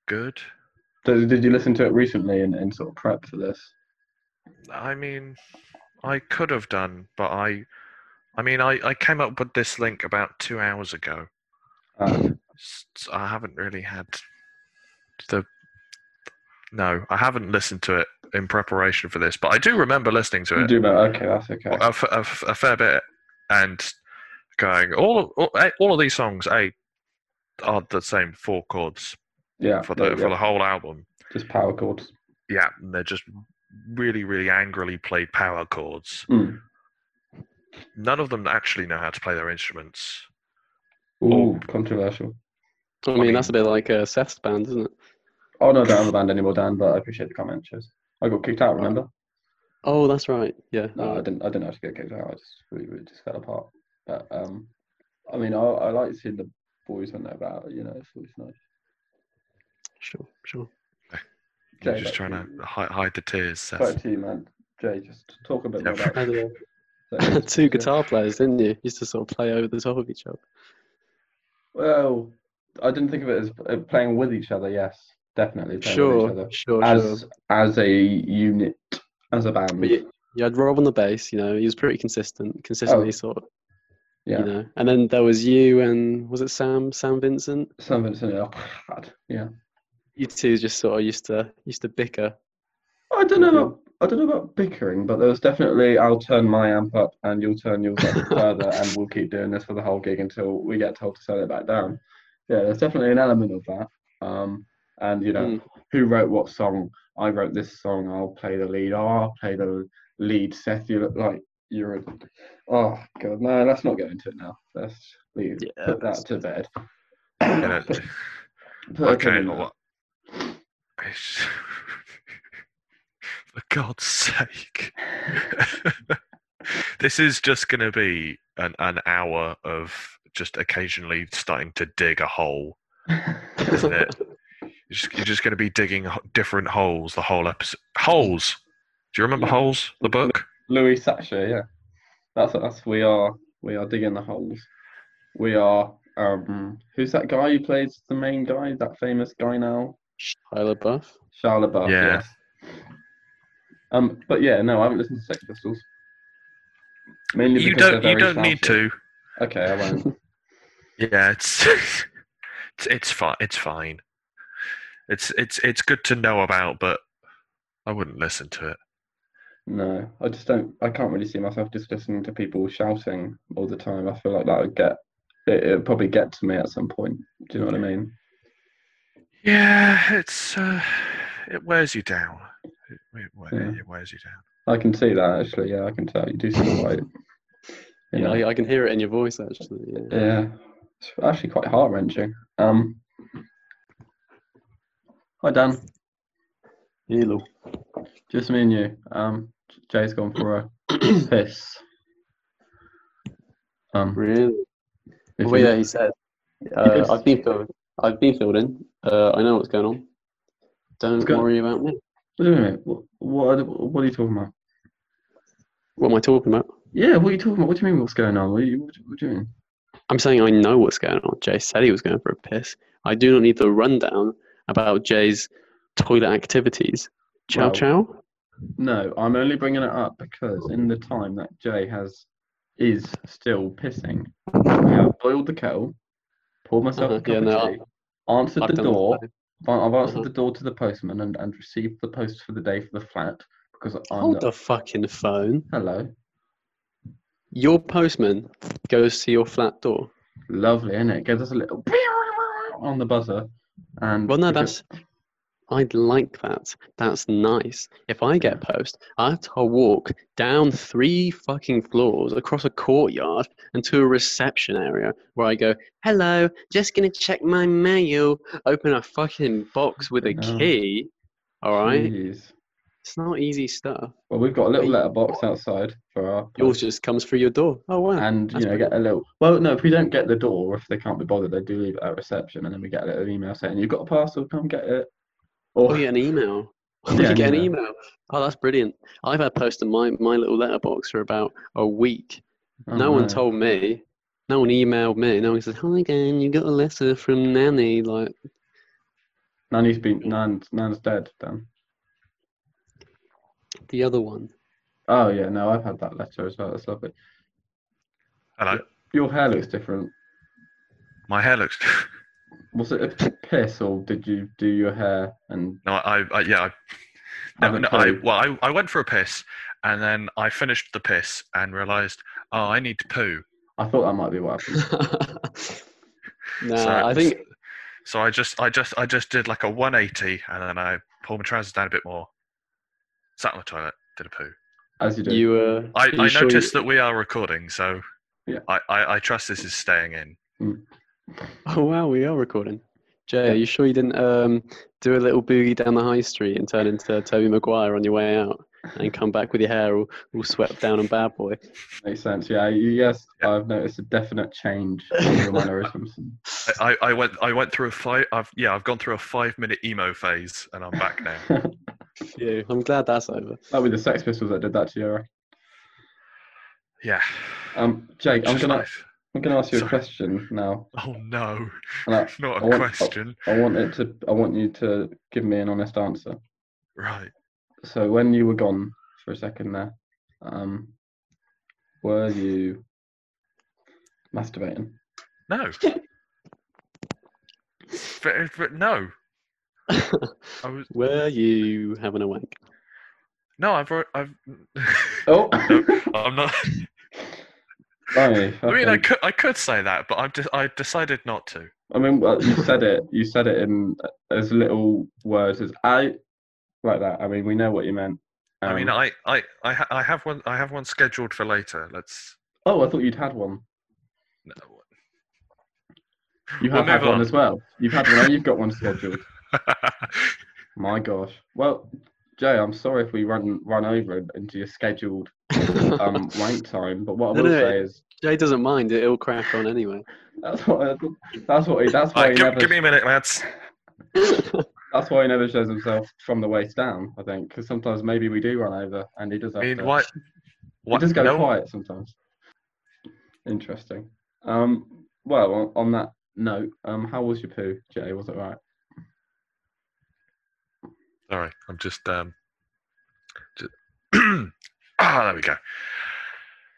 good. So did you listen to it recently and, and sort of prep for this? I mean, I could have done, but I, I mean, I, I came up with this link about two hours ago. Uh, S- s- I haven't really had the. No, I haven't listened to it in preparation for this, but I do remember listening to you it uh, do know. Okay, that's okay. a, f- a f- a fair bit and going all all, eh, all of these songs a are the same four chords Yeah. for the yeah, for the whole album. Just power chords. Yeah, and they're just really really angrily played power chords. Mm. none of them actually know how to play their instruments. Ooh, Oh. controversial. I mean, that's a bit like uh, Seth's band, isn't it? Oh no, I don't have a band anymore, Dan. But I appreciate the comment. Cheers. I got kicked out. Remember? Oh, that's right. Yeah. No, I didn't. I didn't actually get kicked out. I just we, we just fell apart. But um, I mean, I, I like seeing the boys when they're about. You know, it's always nice. Sure. Sure. You're Jay, just back trying to to you. hide, hide the tears, Seth. Back to you, man. Jay, just talk a bit more Yeah. about Had, uh, that. two guitar players, didn't you? Used to sort of play over the top of each other. Well, I didn't think of it as uh, playing with each other. Yes, definitely playing with each other Sure. Sure. sure. as as a unit, as a band. But you, you had Rob on the bass. You know, he was pretty consistent. Consistently, sort of. yeah, You know, and then there was you and was it Sam? Sam Vincent. San Vincent. Oh, God, yeah. You two just sort of used to used to bicker. Oh, I don't know. About, I don't know about bickering, but there was definitely I'll turn my amp up and you'll turn yours up further, and we'll keep doing this for the whole gig until we get told to turn it back down. Yeah, there's definitely an element of that. Um, and you know, Mm. who wrote what song? I wrote this song. I'll play the lead. Oh, I'll play the lead. Seth, you look like you're a. Oh God, no, let's not get into it now. Let's leave. Yeah, put that's- that to bed. You know, Put a pin okay. in that. well, it's- For God's sake. this is just going to be an, an hour of just occasionally starting to dig a hole, isn't it? You're just, you're just going to be digging ho- different holes the whole episode. Holes! Do you remember No. Holes, the book? Louis Thatcher, yeah. That's us. We are we are digging the holes. We are um who's that guy who plays the main guy, that famous guy now? Shia LaBeouf. Charles LaBeouf, Yeah. yes. Um but yeah, no, I haven't listened to Sex Pistols. Mainly You because don't, they're you very don't need to. shouty. Okay, I won't. Yeah, it's it's it's fine. It's fine. It's it's it's good to know about, but I wouldn't listen to it. No. I just don't I can't really see myself just listening to people shouting all the time. I feel like that would get it it'd probably get to me at some point. Do you know what I mean? Yeah, it's uh, it wears you down. It, it, we- Yeah. it wears you down. I can see that actually, yeah, I can tell. You do seem quite you Yeah, I, I can hear it in your voice actually. Yeah. Yeah, it's actually quite heart wrenching. Um, hi Dan, Hello. just me and you. Um, Jay's gone for a piss. Um, Really? if Well, you- yeah, he said. Uh, Yes. I've been filled. I've been filled in. Uh, I know what's going on. Don't go- worry about me. Wait a minute. What, what, are- what are you talking about? What am I talking about? Yeah, what are you talking about? What do you mean? What's going on? What, do you, what, do you- what do you mean? I'm saying I know what's going on. Jay said he was going for a piss. I do not need the rundown about Jay's toilet activities. Ciao, Well- ciao. No, I'm only bringing it up because in the time that Jay has is still pissing, I have boiled the kettle, poured myself Uh-huh, a cup yeah, of no, tea, answered I've the done the door. same. I've I've answered Uh-huh. the door to the postman and, and received the post for the day for the flat because I'm Hold not- the fucking phone. hello. Your postman goes to your flat door. Lovely, isn't it? Gives us a little on the buzzer, and Well, no, we go- that's. I'd like that. That's nice. If I get post, I have to walk down three fucking floors across a courtyard and to a reception area where I go, hello, just gonna check my mail, open a fucking box with a No. key. All right? Jeez. It's not easy stuff. Well, we've got a little Wait, letterbox outside for our Yours just comes through your door. Oh, wow. and you that's know pretty get a little. Well, no, if we don't get the door, or if they can't be bothered, they do leave it at reception, and then we get a little email saying you've got a parcel, come get it. Or Oh, you get an email. Oh, Yeah, you get an an email. Oh, that's brilliant. I've had posts in my, my little letterbox for about a week. Oh, no one told me. No one emailed me. No one said, hi, again, you got a letter from Nanny. Like, Nanny's been nan nan's dead. Dan. the other one. Oh yeah, no, I've had that letter as well. That's lovely. Hello. Your hair looks different. My hair looks. Was it a p- piss or did you do your hair and no, I, I yeah, I have No, it no, I, coloured? well, I, I went for a piss, and then I finished the piss and realised, oh, I need to poo. I thought that might be what happened. nah, So- I think So I just, I just, I just did like a 180, and then I pulled my trousers down a bit more, sat on the toilet, did a poo. As you do. you uh, I, are you I sure you- noticed that we are recording, so Yeah. I, I, I trust this is staying in. Oh, wow, we are recording. Jay, are you sure you didn't um, do a little boogie down the high street and turn into Toby Maguire on your way out and come back with your hair all, all swept down and bad boy? Makes sense. Yeah. you- Yes, Yeah. I've noticed a definite change in your mannerisms. I, I, I went, I went through a five. I've, yeah, I've gone through a five-minute emo phase, and I'm back now. That'd Phew, I'm glad that's over. be the Sex Pistols that did that to you. I reckon. Yeah. Um, Jake, I'm Just gonna life. I'm gonna ask you a Sorry. question now, Oh no, and I, not I a want- question. I want it to I want you to give me an honest answer. Right. So when you were gone for a second there, um, were you masturbating? No. but, uh, but no, I was Were you having a wank? no. I've al- I've. Oh, I'm not. Blimey, I mean, I okay. could I could say that, but I've de- I decided not to. I mean, well, you said it. You said it in as little words as I like that. I mean, we know what you meant. I mean, Um, I I I, ha- I have one I have one scheduled for later. Let's. oh, I thought you'd had one. No. You We'll have had move one on. as well. You've had one. and You've got one scheduled. My gosh. Well, Jay, I'm sorry if we run run over into your scheduled um, wank time, but what I No, will no, say is Jay doesn't mind. it- It'll crack on anyway. That's what. That's what. He, that's why. Right, He give, never, give me a minute, lads. That's why he never shows himself from the waist down. I think because sometimes maybe we do run over, and he does. Have I mean, to, why? He What? does go no, quiet sometimes. Interesting. Um. Well, on, on that note, um, how was your poo, Jay? Was it right? Sorry, I'm just um. Just, ah, there we go.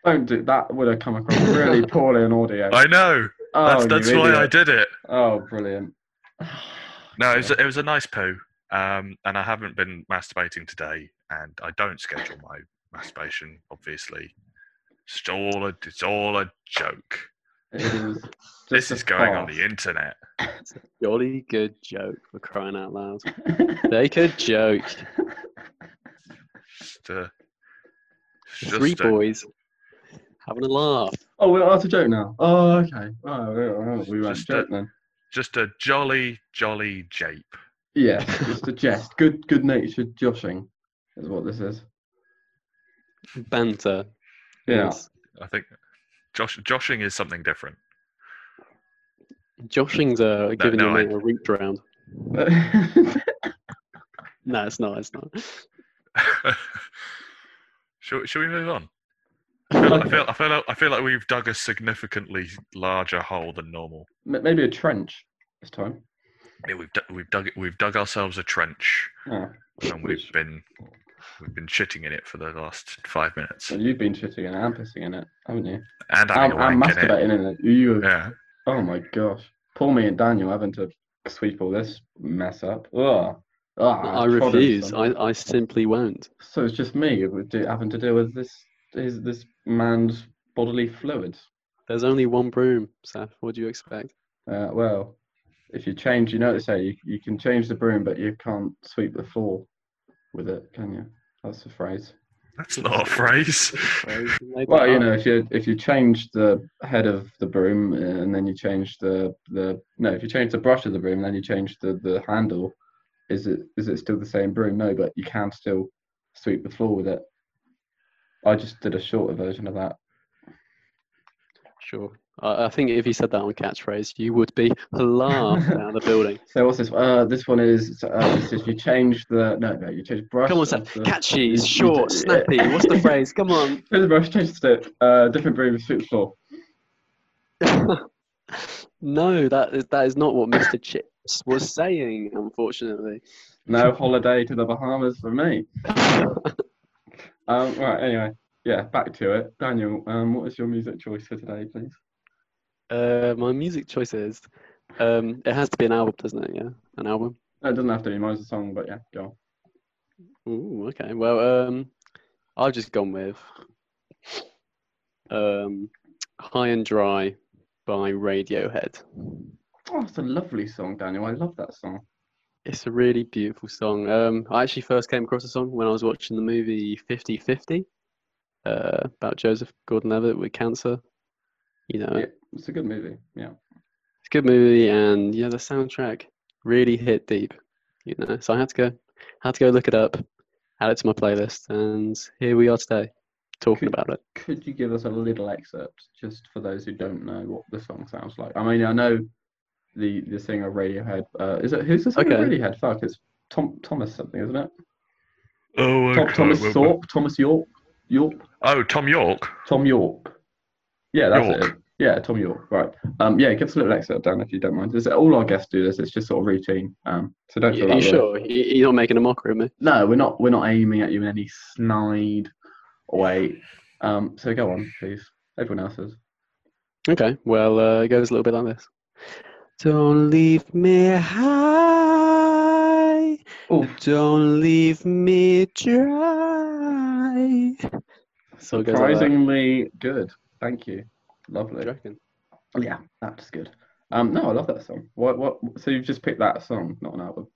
Don't do that. Would have come across really poorly on audio. I know. oh, That's you that's why I idiot. did it. Oh, brilliant. No, it was, it was a nice poo. Um, and I haven't been masturbating today, and I don't schedule my masturbation, obviously. It's all a, it's all a joke. It is This just a is going on the farce. internet. Jolly good joke for crying out loud. They could joke. Just, uh, it's just Three a- boys having a laugh. oh, well, that's a joke now. Oh, okay. Oh, well, we won't Just joke a- then. just a jolly, jolly jape. Yeah, just a jest. Good, good natured joshing is what this is. Banter. Yeah. Yes. I think josh, joshing is something different. Joshing's uh, giving no, your I- mate a reap round. No, it's not. It's not. shall, shall we move on? I feel, I, feel, I, feel like, I feel like we've dug a significantly larger hole than normal. M- Maybe a trench this time. Yeah, we've dug, we've dug we've dug ourselves a trench, Ah, and we've been we've been shitting in it for the last five minutes, well, you've been shitting in it and pissing in it, haven't you? and I'm, having a I'm wank in it. masturbating in it. You, Yeah, Oh my gosh. Poor me and Daniel having to sweep all this mess up. Ugh. Ah, I it's refuse. troublesome. I, I simply won't. So it's just me who would do- having to deal with this is this man's bodily fluids. There's only one broom, Saf. What do you expect? Uh, well, if you change, you know what they say, you, you can change the broom, but you can't sweep the floor with it, can you? That's the phrase. that's not a phrase. Well, you know, if you if you change the head of the broom uh, and then you change the the no, if you change the brush of the broom, then you change the the handle. Is it is it still the same broom? No, but you can still sweep the floor with it. I just did a shorter version of that. Sure. I, I think if you said that on catchphrase, you would be laughed out of the building. So what's this? Uh, this one is uh, this is you change the no no you change brush. Come on, of Saf. the- Catchy, it's short, Yeah. snappy. What's the phrase? Come on. Change the brush, change the stick. Uh, different broom, sweep the floor. no, that is that is not what Mr. Chips was saying. Unfortunately. No holiday to the Bahamas for me. Um, right, anyway, yeah, back to it. Daniel, um, what is your music choice for today, please? Uh, my music choice is. Um, it has to be an album, doesn't it? Yeah, an album. No, it doesn't have to be mine's a song, but yeah, go. Ooh, okay. Well, um, I've just gone with um, "High and Dry" by Radiohead. On. Oh, it's a lovely song, Daniel. I love that song. It's a really beautiful song. Um, I actually first came across the song when I was watching the movie 50 50 uh, about Joseph Gordon Levitt with cancer. You know, Yeah. it's It's a good movie. Yeah. a good movie, and yeah, the soundtrack really hit deep. You know, so I had to go, had to go look it up, add it to my playlist, and here we are today, talking Cool. about it. Could you give us a little excerpt just for those who don't know what the song sounds like? I mean, I know the the singer Radiohead. Uh, is it who's the singer of Okay. Radiohead? Fuck, it's Tom Thomas something, isn't it? Oh, Tom, okay, Thomas well, well- Thorpe, Thomas York, York. Oh, Tom York. Tom York. Yeah, that's York. it. Yeah, Tom York. Right. Um, yeah, give us a little excerpt, Dan, if you don't mind. This, all our guests do this. It's just sort of routine. Um, so don't You, feel you like we're- sure? You, you're not making a mockery of me? No, we're not. We're not aiming at you in any snide way. Um, so go on, please. Everyone else is. Okay, well, uh, it goes a little bit like this. Don't leave me high. Oh, Don't leave me dry. So it goes like that. surprisingly good. Thank you. Lovely. Oh, Do you reckon? Yeah, that's good. Um, no, I love that song. What? What? So you've just picked that song, not an album.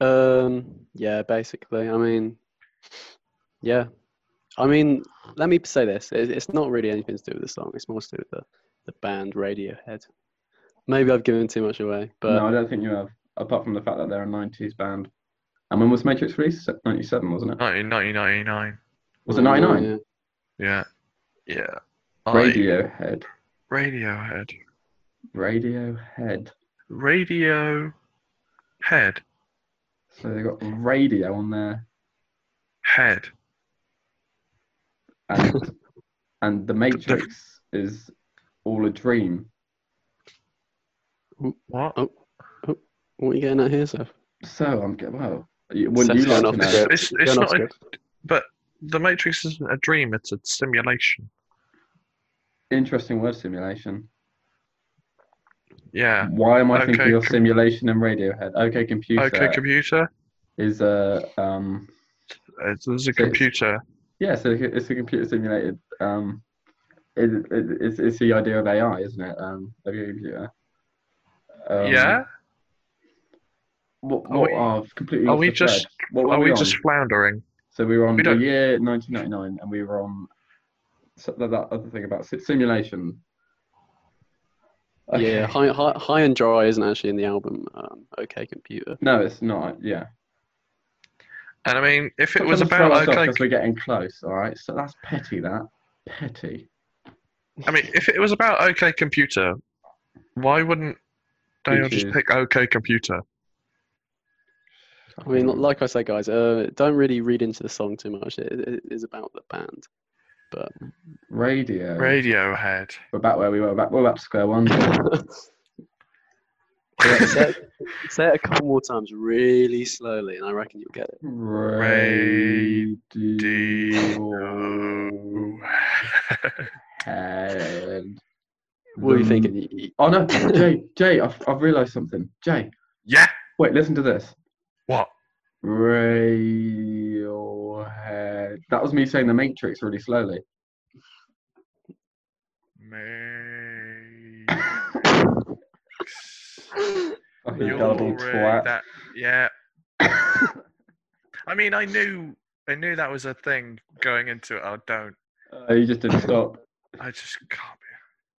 Um, yeah, basically. I mean, yeah. I mean, let me say this. It, it's not really anything to do with the song. It's more to do with the, the band Radiohead. Maybe I've given too much away, but no, I don't think you have. Apart from the fact that they're a '90s band. And when was Matrix released? '97, wasn't it? 1999. Was it 99? Yeah. Yeah, yeah. Radiohead. I, Radiohead. Radiohead. Radio head. So they got radio on there Head. and and the Matrix is all a dream. What? What are you getting at here, Seth? So I'm get well. you- Wouldn't Seth's you like going to off know? script. It's, Going it's off not. A, script. but the Matrix isn't a dream. It's a simulation. Interesting word simulation. Yeah. Why am I Okay, thinking of com- simulation and Radiohead? Okay, computer Okay, computer. is a um Uh, so there's a it's- computer. yeah. So it's a computer simulated um. It, it, it's, it's the idea of AI, isn't it? Um, of your computer. Um, yeah. What, Are what, we- oh, I've completely Are lost we the thread. just? What were Are we on? just floundering? So we were on We the don't- year 1999, and we were on so that, that other thing about si- simulation. Okay. Yeah, high, high, high and dry isn't actually in the album. Um, okay, computer. No, it's not. Yeah. And I mean, if it Stop was trying to throw about us off okay, 'cause we're getting close. All right. So that's petty. That petty. I mean, if it was about okay computer, why wouldn't day I'll just Computer. pick OK Computer. I mean, like I say, guys, uh, don't really read into the song too much. It, it it is about the band. radio. Radiohead. We're back where we were. Back, we're back to square one. Yeah, say, it, say it a couple more times, really slowly, and I reckon you'll get it. Radio. D-O. Head. What are you Mm. thinking? You- you- Oh no, Jay, Jay, I've, I've realised something. Jay, yeah. wait, listen to this. What? Radiohead. That was me saying the Matrix really slowly. May. Fucking You're double right, twat. that- yeah. I mean, I knew, I knew that was a thing going into it. I don't. Uh, you just didn't stop. I just can't. be-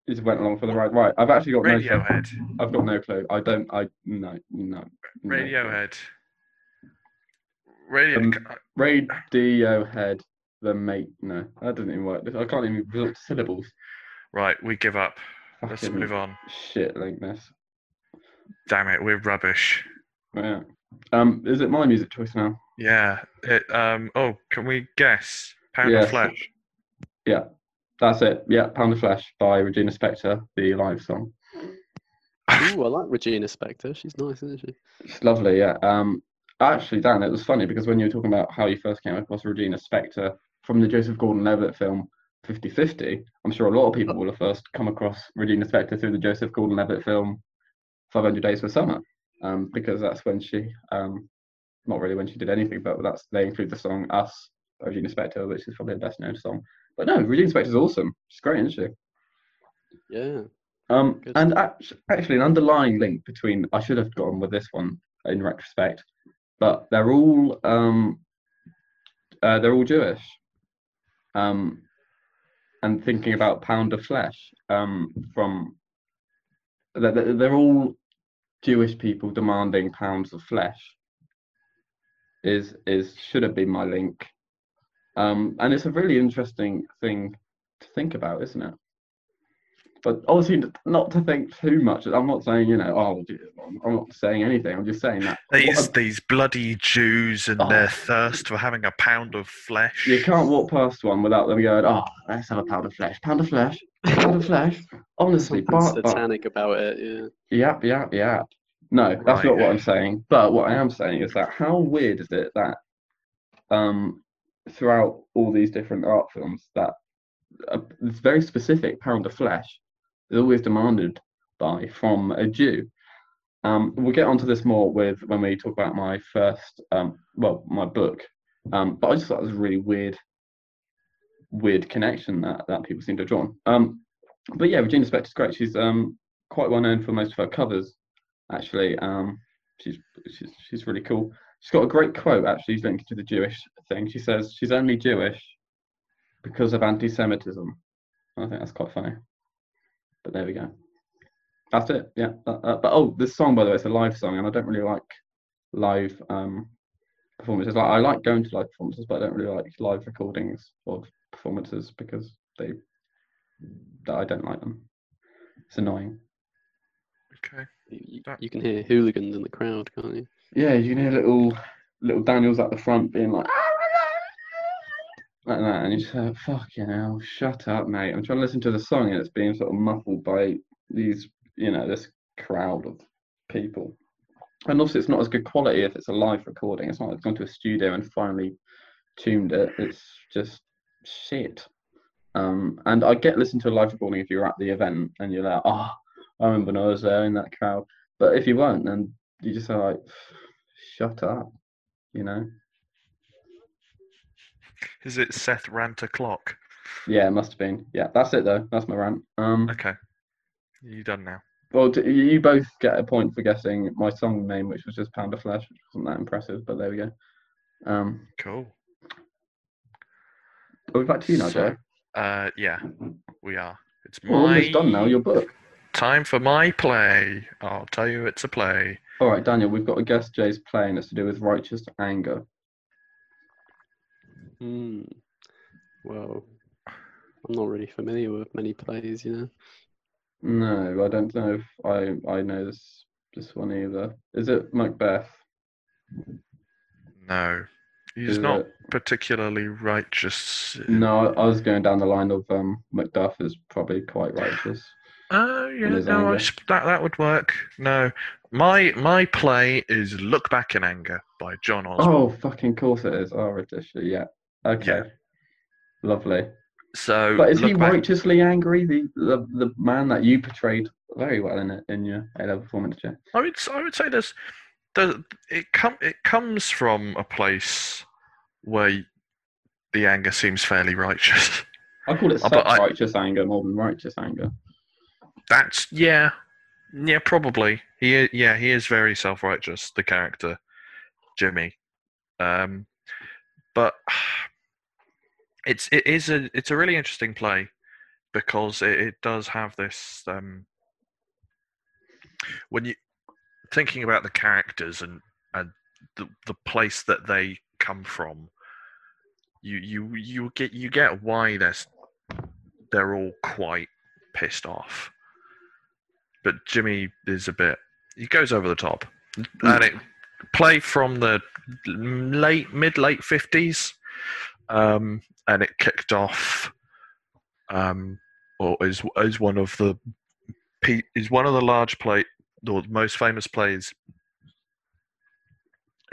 You just went along for the ride. Right, I've actually got no. clue. Radiohead. I've got no clue. I don't. I no no. no. Radiohead. Radio. Um, Radiohead. The mate. No, that doesn't even work. I can't even build syllables. right, we give up. Let's Fucking move on. Shit, like this. Damn it, we're rubbish. Yeah. Um, is it my music choice now? Yeah. It, um. Oh, can we guess? Pound Yeah. of flesh. That's it. Yeah, Pound of Flesh by Regina Spektor, the live song. Ooh, I like Regina Spektor. She's nice, isn't she? It's lovely, yeah. Um, actually, Dan, it was funny because when you were talking about how you first came across Regina Spektor from the Joseph Gordon-Levitt film 50-50, I'm sure a lot of people will have first come across Regina Spektor through the Joseph Gordon-Levitt film 500 Days for Summer, um, because that's when she, um, not really when she did anything, but that's they include the song Us by Regina Spektor, which is probably the best-known song. But no, Regina Spektor's awesome. She's great, isn't she? Yeah. Um, Good. and act- actually, an underlying link between I should have gone with this one in retrospect, but they're all um, uh, they're all Jewish. Um, and thinking about pound of flesh um, from they're- they're, they're all Jewish people demanding pounds of flesh is is should have been my link. Um, and it's a really interesting thing to think about, isn't it? but obviously n- not to think too much. I'm not saying you know, oh, gee, I'm- I'm not saying anything. I'm just saying that These what these bloody Jews and Oh. their thirst for having a pound of flesh. you can't walk past one without them going, oh, let's have a pound of flesh, pound of flesh, pound of flesh. Honestly, Something bark, bark. satanic about it. Yeah. Yep, yep, yep. No, that's Right. not what I'm saying. But what I am saying is that how weird is it that um, throughout all these different art films that a, this very specific pound of flesh is always demanded by from a Jew. Um, we'll get onto this more with when we talk about my first, um, well, my book. Um, but I just thought it was a really weird, weird connection that, that people seem to have drawn. Um, but yeah, Regina Spektor's great. She's um, quite well known for most of her covers, actually. Um, she's, she's she's really cool. She's got a great quote actually linked to the Jewish thing. She says she's only Jewish because of anti-Semitism. I think that's quite funny. But there we go. That's it. Yeah. that- that- but oh, this song by the way, it's a live song, and I don't really like live um, performances. Like I like going to live performances, but I don't really like live recordings of performances because they that I don't like them. It's annoying. Okay. You, That- you can hear hooligans in the crowd, can't you? Yeah, you can hear little little Daniels at the front being like "Ah, like that, and you just say, "Fucking hell, shut up, mate!" I'm trying to listen to the song, and it's being sort of muffled by these, you know, this crowd of people. And obviously, it's not as good quality if it's a live recording. It's not like it's gone to a studio and finally tuned it. It's just shit. Um, and I get listened to a live recording if you're at the event and you're like, "Oh, I remember when I was there in that crowd." But if you weren't, then you just are like, shut up, you know? Is it Seth Rant o'clock? Yeah, it must have been. Yeah, that's it though. That's my rant. Um, Okay. You done now? well, d- you both get a point for guessing my song name, which was just Pound of Flesh, which wasn't that impressive, but there we go. Um, Cool. are we back to you now, So, Joe? Uh, yeah, we are. It's my We're almost done now. Your book. time for my play. I'll tell you, it's a play. All right, Daniel. We've got a guess. Jay's playing. It's to do with righteous anger. Hmm. Well, I'm not really familiar with many plays, you know. No, I don't know if I I know this This one either. Is it Macbeth? No. He's Is not it- particularly righteous. No, I I was going down the line of um, Macduff is probably quite righteous. Oh yeah, There's no, I anger. sp- that that would work. No, my my play is "Look Back in Anger" by John Osborne. Oh, fucking course it is. Oh, ridiculous. Yeah. Okay. Lovely. so, Oh, But is he Look Back- righteously angry? The, the the man that you portrayed very well in it in your A level performance, Jay. I would s- I would say there's the it com- it comes from a place where y- the anger seems fairly righteous. I call it Oh, but I- self-righteous anger more than righteous anger. That's yeah, yeah, probably. He i- yeah he is very self righteous. The character Jimmy, um, but it's it is a it's a really interesting play because it, it does have this um, when you thinking about the characters and and the the place that they come from. You you you get you get why they're s- they're all quite pissed off but Jimmy is a bit. He goes over the top, and it play from the late mid late fifties, um, and it kicked off, um, or is is one of the pe- is one of the large play or the most famous plays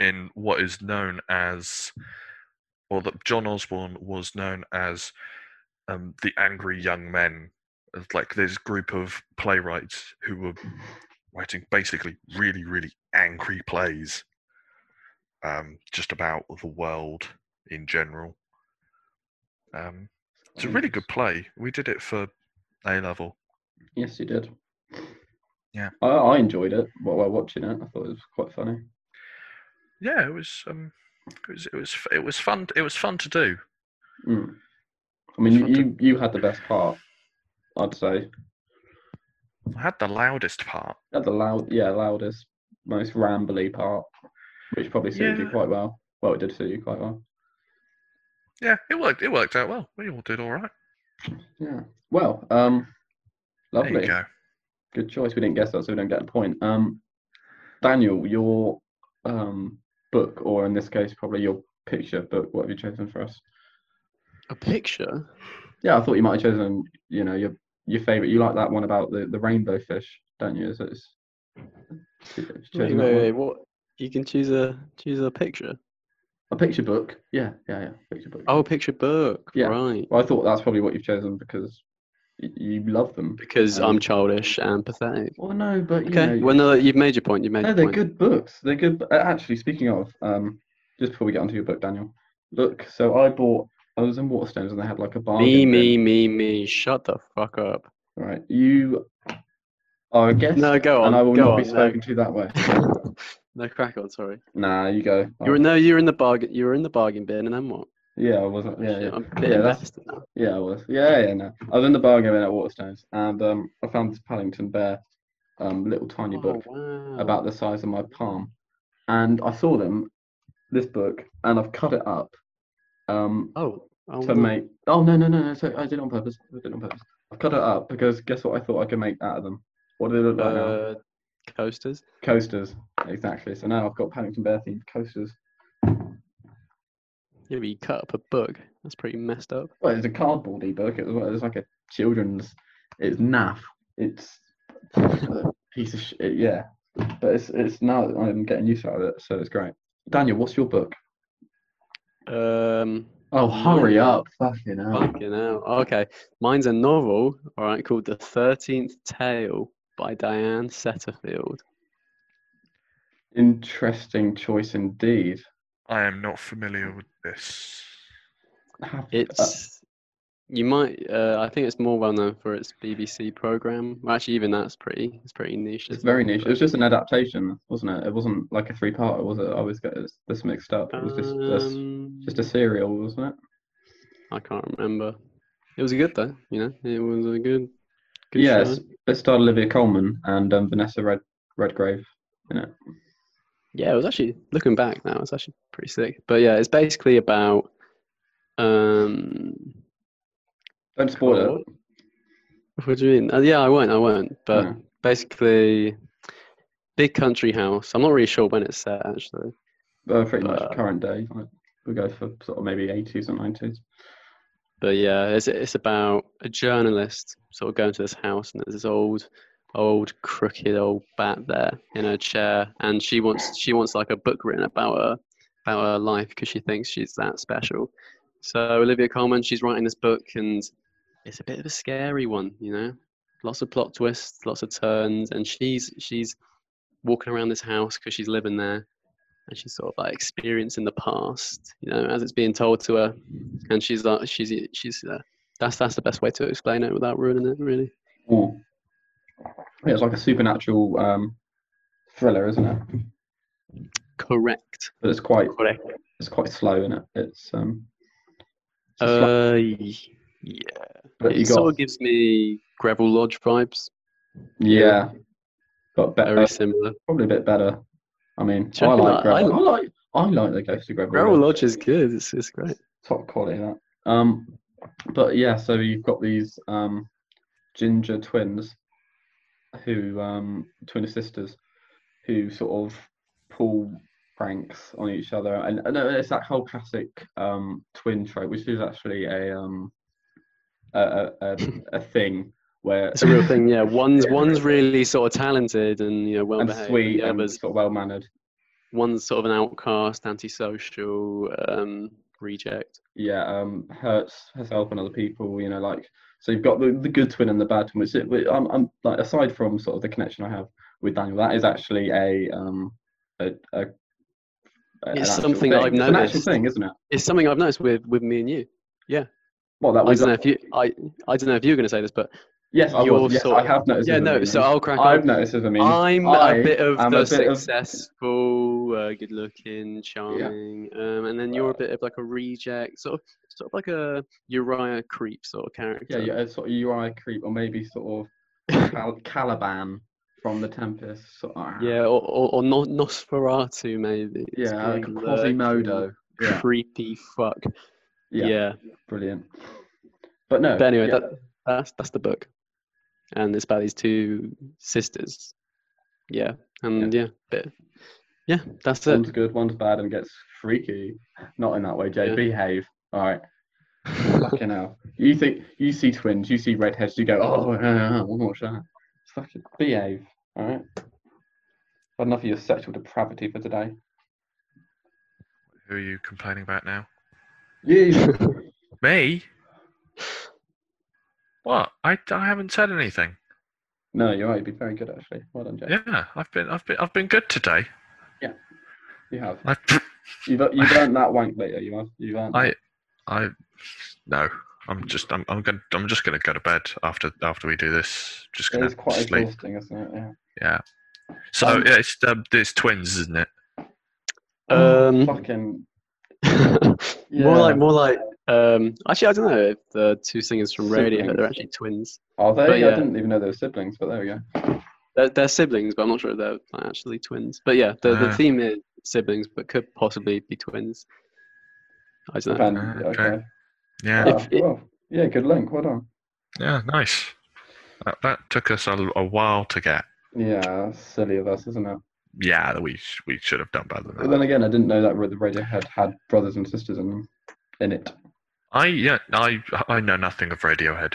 in what is known as, or that John Osborne was known as, um, the Angry Young Men of, like this group of playwrights who were writing basically really really angry plays um just about the world in general um it's a really good play we did it for a level Yes, you did. Yeah. I, I enjoyed it while while watching it. I thought it was quite funny. yeah it was um it was it was f- it was fun it was fun to do Mm. I mean, you, Just you you had the best part, I'd say. i had the loudest part You had the loud, yeah, loudest, most rambly part, which probably suited you Yeah. quite well. Well, it did suit you quite well. yeah it worked it worked out well we all did all right Yeah. Well, um, lovely. there you go Good choice. We didn't guess that, so we don't get a point. Um, Daniel, your um book, or in this case, probably your picture book. What have you chosen for us? A picture? Yeah, I thought you might have chosen, you know, your your favorite. You like that one about the, the rainbow fish, don't you? Is it? It's, you Wait, chosen that wait, one? wait, what? You can choose a choose a picture. A picture book. Yeah, yeah, yeah. Picture book. Oh, picture book. Yeah. Right. Well, I thought that's probably what you've chosen because y- you love them. Because Um, I'm childish and pathetic. Well, no, but you Okay. know, Well, no, you've made your point. You've made no, your they're point. good books. They're good. bu- uh, Actually, speaking of, um, just before we get onto your book, Daniel, look. So I bought. I was in Waterstones and they had like a bargain. Me, bin. me, me, me. Shut the fuck up. Right, you are a guest, No, go on. and I will go not on. be spoken to that way. No. no, crack on. Sorry. Nah, you go. You were no, you were in the bargain. You were in the bargain bin, and then what? Oh, Yeah, I wasn't. Yeah, Shit, yeah, I'm a bit Yeah, that's- invested now. yeah, I was. Yeah, yeah, no. I was in the bargain bin at Waterstones, and um, I found this Paddington Bear, um, little tiny book Oh, wow. about the size of my palm, and I saw them, this book, and I've cut it up, um, oh, oh to no. make. Oh no, no, no, no! So I did it on purpose. I did it on purpose. I've cut it up because guess what? I thought I could make out of them. What did it look like? now? uh, coasters. Coasters, exactly. So now I've got Paddington Bear themed coasters. Yeah, but you cut up a book. That's pretty messed up. Well, it's a cardboard ebook. It was, it was like a children's. It's naff. It's a piece of shit. Yeah, but it's it's now I'm getting used out of it, so it's great. Daniel, what's your book? Um, Oh, hurry up! Fucking hell. fucking hell. Okay, mine's a novel. All right, called The Thirteenth Tale by Diane Setterfield. Uh. Interesting choice indeed. i am not familiar with this Have- uh, It's you might. Uh, I think it's more well known for its BBC program. Well, actually, even that's pretty. It's pretty niche. it's isn't it? very niche. It was just an adaptation, wasn't it? It wasn't like a three-parter, was it? I always get this- this mixed up. It was just a, s- Um, just a serial, wasn't it? I can't remember. It was good though. You know, it was a good. good yeah, it's, show. it starred Olivia Colman and um, Vanessa Red Redgrave in it. Yeah, it was actually looking back now. It's actually pretty sick. But yeah, it's basically about. Um, Don't spoil it. what- What do you mean? Uh, yeah, I won't. I won't. But No. basically, Big Country House. I'm not really sure when it's set actually. Uh, pretty Uh, much current day. Like, we go for sort of maybe 80s or 90s. But yeah, it's it's about a journalist sort of going to this house and there's this old old crooked old bat there in her chair and she wants she wants like a book written about her about her life because she thinks she's that special. So Olivia Colman, she's writing this book and it's a bit of a scary one, you know. Lots of plot twists, lots of turns, and she's she's walking around this house because she's living there, and she's sort of like experiencing the past, you know, as it's being told to her, and she's like she's she's uh, that's that's the best way to explain it without ruining it, really. Ooh. Yeah, it's like a supernatural um, thriller, isn't it? Correct. But it's quite Correct. it's quite slow, isn't it? It's um, it's a slow- Uh, y- yeah. but you It sort got of gives me Greville Lodge vibes, yeah, got better, very similar. probably a bit better. I mean, Do I you reckon like, I- I- Gravel- I, like I like the Ghost of Greville. Greville Lodge. Lodge is good. It's it's great. top quality that. Um, but yeah, so you've got these um, ginger twins, who um, twin sisters, who sort of pull pranks on each other, and, and it's that whole classic um, twin trope, which is actually a um, a, a, a, a thing where It's a real thing, yeah. One's one's really sort of talented and you know well and behaved. sweet the and others sort of well mannered. one's sort of an outcast, antisocial, um, reject. yeah, um, hurts herself and other people. You know, like so you've got the, the good twin and the bad twin. Which it, which I'm, I'm like aside from sort of the connection I have with Daniel, that is actually a um a, a a- It's an actual something thing. I've It's an actual noticed. thing, isn't it? It's something I've noticed with with me and you. Well, that I was don't know if you I I don't know if you were going to say this, but yes, I you're was. Yes, sort I of- have noticed. yeah, as a no. meme. So I'll crack I've on. noticed as a meme. I'm I a bit of am the a bit of- successful, uh, good-looking, charming, um, and then you're a bit of like a reject, sort of sort of like a Uriah Creep sort of character. Yeah, yeah, sort of UI creep, or maybe sort of Cal- Caliban from the Tempest. Sort of, ah, Yeah, or, or, or no- Nosferatu maybe. It's yeah, like being the Quasimodo. Yeah, Creepy fuck. Yeah. yeah, brilliant. But no, But anyway, yeah. that, that's that's the book, and it's about these two sisters. Yeah, and yeah, but yeah, that's it. One's good, one's bad, and gets freaky. Not in that way, Jay. Yeah. Behave. All right. Fucking hell. You think you see twins, you see redheads, you go, oh, uh, we'll watch that. Fucking behave. All right. Had enough of your sexual depravity for today. Who are you complaining about now? Yeah. Me? What? I, I haven't said anything. no, you're right. You'd be very good actually. Well done, Jay. Yeah, I've been I've been I've been good today. You have. I You've you've earned that wank later. You have. You've earned. I- that. I no. I'm just I'm I'm going I'm just going to go to bed after after we do this. Just It going is to quite sleep. exhausting, isn't it? Yeah. Yeah. So Um, yeah, it's um, it's twins, isn't it? Um, Fucking. More Um, Yeah. like more like. Um, actually, I don't know if the two singers from Radiohead Siblings. are actually twins. Are they? but I yeah. Uh, didn't even know they were siblings, but there we go. They're, they're siblings, but I'm not sure if they're like, actually twins. But yeah, the, the Ah. theme is siblings, but could possibly be twins. I don't know. Fan- Uh, okay. okay. Yeah. If Oh, it- well, yeah, good link. Well done. Yeah. Nice. That, that took us a, a while to get. Yeah, that's silly of us, isn't it? Yeah, we sh- we should have done better But than that. then again, I didn't know that the Radiohead had brothers and sisters in them, in it. I yeah I I know nothing of Radiohead.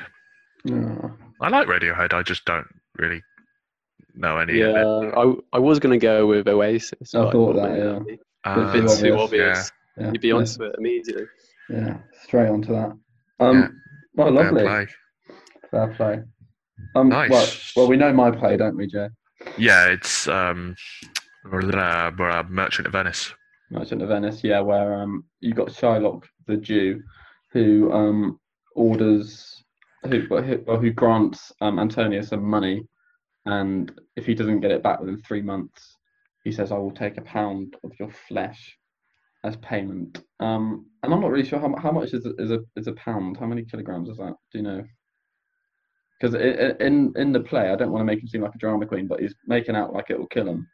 Yeah. I like Radiohead. I just don't really know any Yeah, of it. I I was gonna go with Oasis. I but thought that, probably yeah. that'd be Uh, A bit It's too obvious, obvious. yeah. You'd be onto it immediately. Yeah, straight onto that. Um, Well, fair lovely. play. Fair play. Um, Nice. Well, well, we know my play, don't we, Jay? Yeah, it's um, blah, blah, Merchant of Venice. Merchant of Venice, yeah, where um, you got Shylock the Jew, who um orders, who well, who, well, who grants um Antonio some money, and if he doesn't get it back within three months, he says, "I will take a pound of your flesh as payment." Um, and I'm not really sure how, mu- how much is a, is a is a pound. How many kilograms is that? Do you know? Because in in the play, I don't want to make him seem like a drama queen, but he's making out like it will kill him.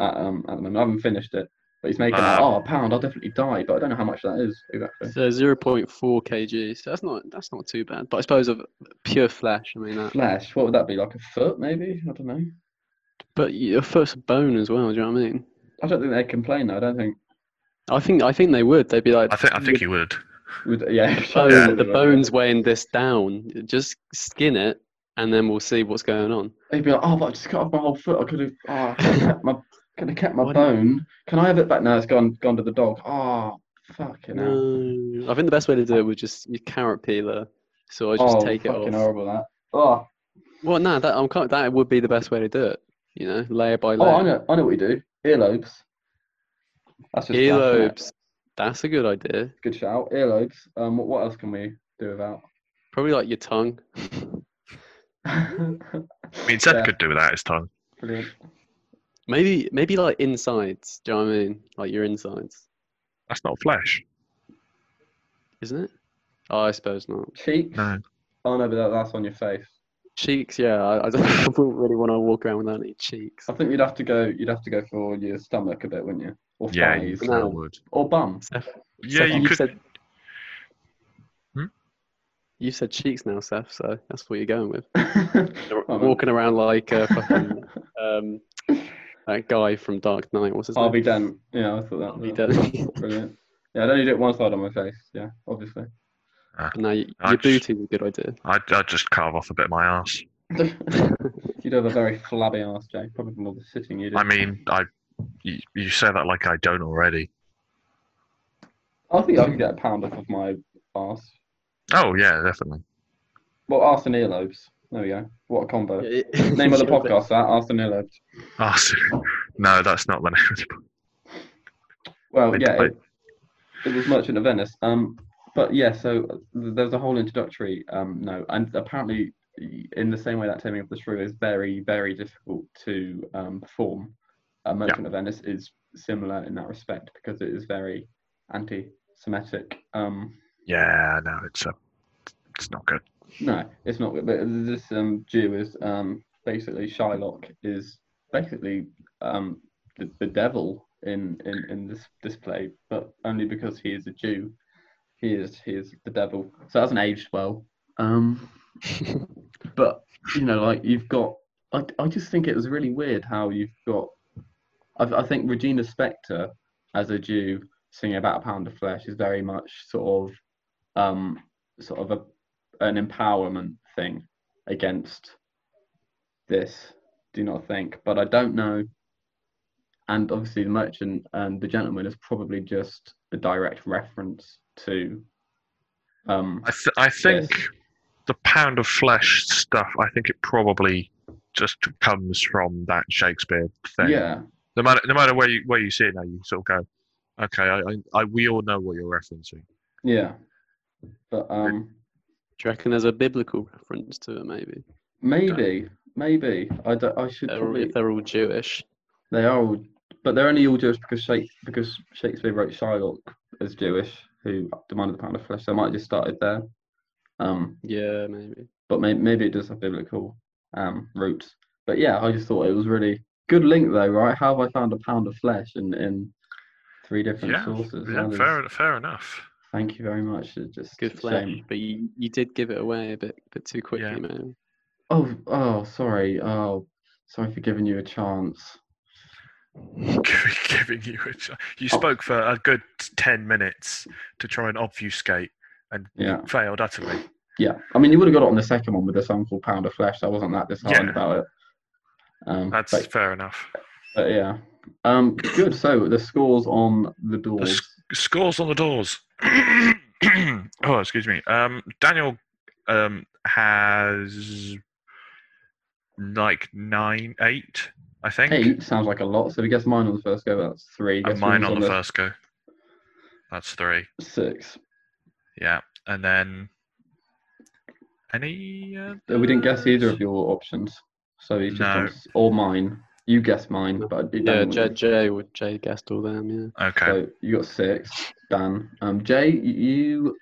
At, um, at the moment, I haven't finished it, but he's making out. Ah. Oh, a pound! I'll definitely die, but I don't know how much that is exactly. So 0.4 kg. So that's not that's not too bad. But I suppose of pure flesh. I mean, that, Flesh. What would that be? Like a foot, maybe? I don't know. But your foot's a bone as well. Do you know what I mean? I don't think they'd complain. though, I don't think. I think I think they would. They'd be like, I think I think you would. Would, yeah, bone, Yeah. the bone's weighing this down. Just skin it, and then we'll see what's going on. They'd be like, oh, but I just cut off my whole foot. I could have, oh, I could have kept my, could have kept my bone. Can I have it back now? It's gone, gone to the dog. Oh, fucking hell. No, I think the best way to do it was just your carrot peeler. So I just oh, take it off. fucking horrible that. Oh, Well, no, that I'm kind that would be the best way to do it. You know, layer by oh, I layer. know, I know what you do. Earlobes. That's just flash, innit? Earlobes. That's a good idea. Good shout. Earlobes. Um, what, what else can we do without? Probably like your tongue. I mean, Seth Yeah, could do without his tongue. Brilliant. Maybe maybe like insides. Do you know what I mean? Like your insides, That's not flesh. isn't it? Oh, I suppose not. Cheeks. No. Oh no, but that, that's on your face. Cheeks, yeah. I, I don't I wouldn't really want to walk around without any cheeks. I think you'd have to go. You'd have to go for your stomach a bit, wouldn't you? Or Yeah, you thighs, kinda No. would. or bum. Seth, Yeah, Seth, you could. Said, Hmm? You said cheeks now, Seth. So that's what you're going with. Oh, man. Walking around like uh, fucking um, that guy from Dark Knight. What's his Harvey name? Dent. Yeah, I thought that. Harvey was Dent. Brilliant. Yeah, I'd only do it one side on my face. Yeah, obviously. no, y- I your just- booty's a good idea. I'd, I'd just carve off a bit of my ass. You'd have a very flabby ass, Jake. Probably from all the sitting you do. I mean, I. You, you say that like I don't already. I think I could get a pound off of my ass. Oh yeah, definitely. Well, arse and earlobes. There we go. What a combo. Name Name of the podcast, that arse and earlobes. Ass. Oh, no, that's not the name. Of the book. Well, Wait, yeah, wait. it, it was Merchant of Venice. Um, but yeah, so th- there was a whole introductory um note, and apparently, y- in the same way that Taming of the Shrew is very, very difficult to um perform, uh, Merchant of Venice is similar in that respect because it is very anti-Semitic. Um, Yeah, no, it's a. It's not good. no, it's not. But this um, Jew is um, basically Shylock is basically um, the, the devil in, in, in this this play, but only because he is a Jew, he is he is the devil. So that's an aged well. Um, but you know, like you've got, I I just think it was really weird how you've got, I I think Regina Spektor as a Jew singing about a pound of flesh is very much sort of, um, sort of a an empowerment thing against this. Do not think, but I don't know. And obviously, the merchant and the gentleman is probably just a direct reference to. Um, I, th- I think Yes. the pound of flesh stuff. I think it probably just comes from that Shakespeare thing. yeah, No matter no matter where you where you see it now, you sort of go, okay, I, I, I we all know what you're referencing. yeah, but um, Do you reckon there's a biblical reference to it? Maybe maybe, maybe I, do, I should They're all- probably. if they're all Jewish. They are all, but they're only all Jewish because Shake, because Shakespeare wrote Shylock as Jewish, who demanded the pound of flesh. So I might have just started there. Um, Yeah, maybe. but maybe, maybe it does have biblical um, roots. But yeah, I just thought it was really good link though, right? How have I found a pound of flesh in, in three different Yeah, sources? yeah, That is- fair fair enough. Thank you very much. It's just a Good flesh, shame. but you, you did give it away a bit bit too quickly, Yeah. man. Oh, oh, sorry. Oh, sorry for giving you a chance. giving, giving you a ch- Oh. you spoke for a good 10 minutes to try and obfuscate and Yeah, failed utterly yeah. I mean, you would have got it on the second one with a song called Pound of Flesh. So I wasn't that disheartened Yeah. about it. Um, that's but, fair enough but yeah. Um, good. So the scores on the doors. scores on the doors oh excuse me um daniel um has like nine eight i think Eight sounds like a lot. So if you guess mine on the first go, that's three. and Guess mine yours on the first go that's three Six. yeah and then any Uh, We didn't guess either others? of your options, so it's just No. on s- or mine. You guessed mine, but it Yeah, Dan Jay, wouldn't. Jay would Jay guessed all them. Yeah. okay So you got six, Dan. Um, Jay, y- you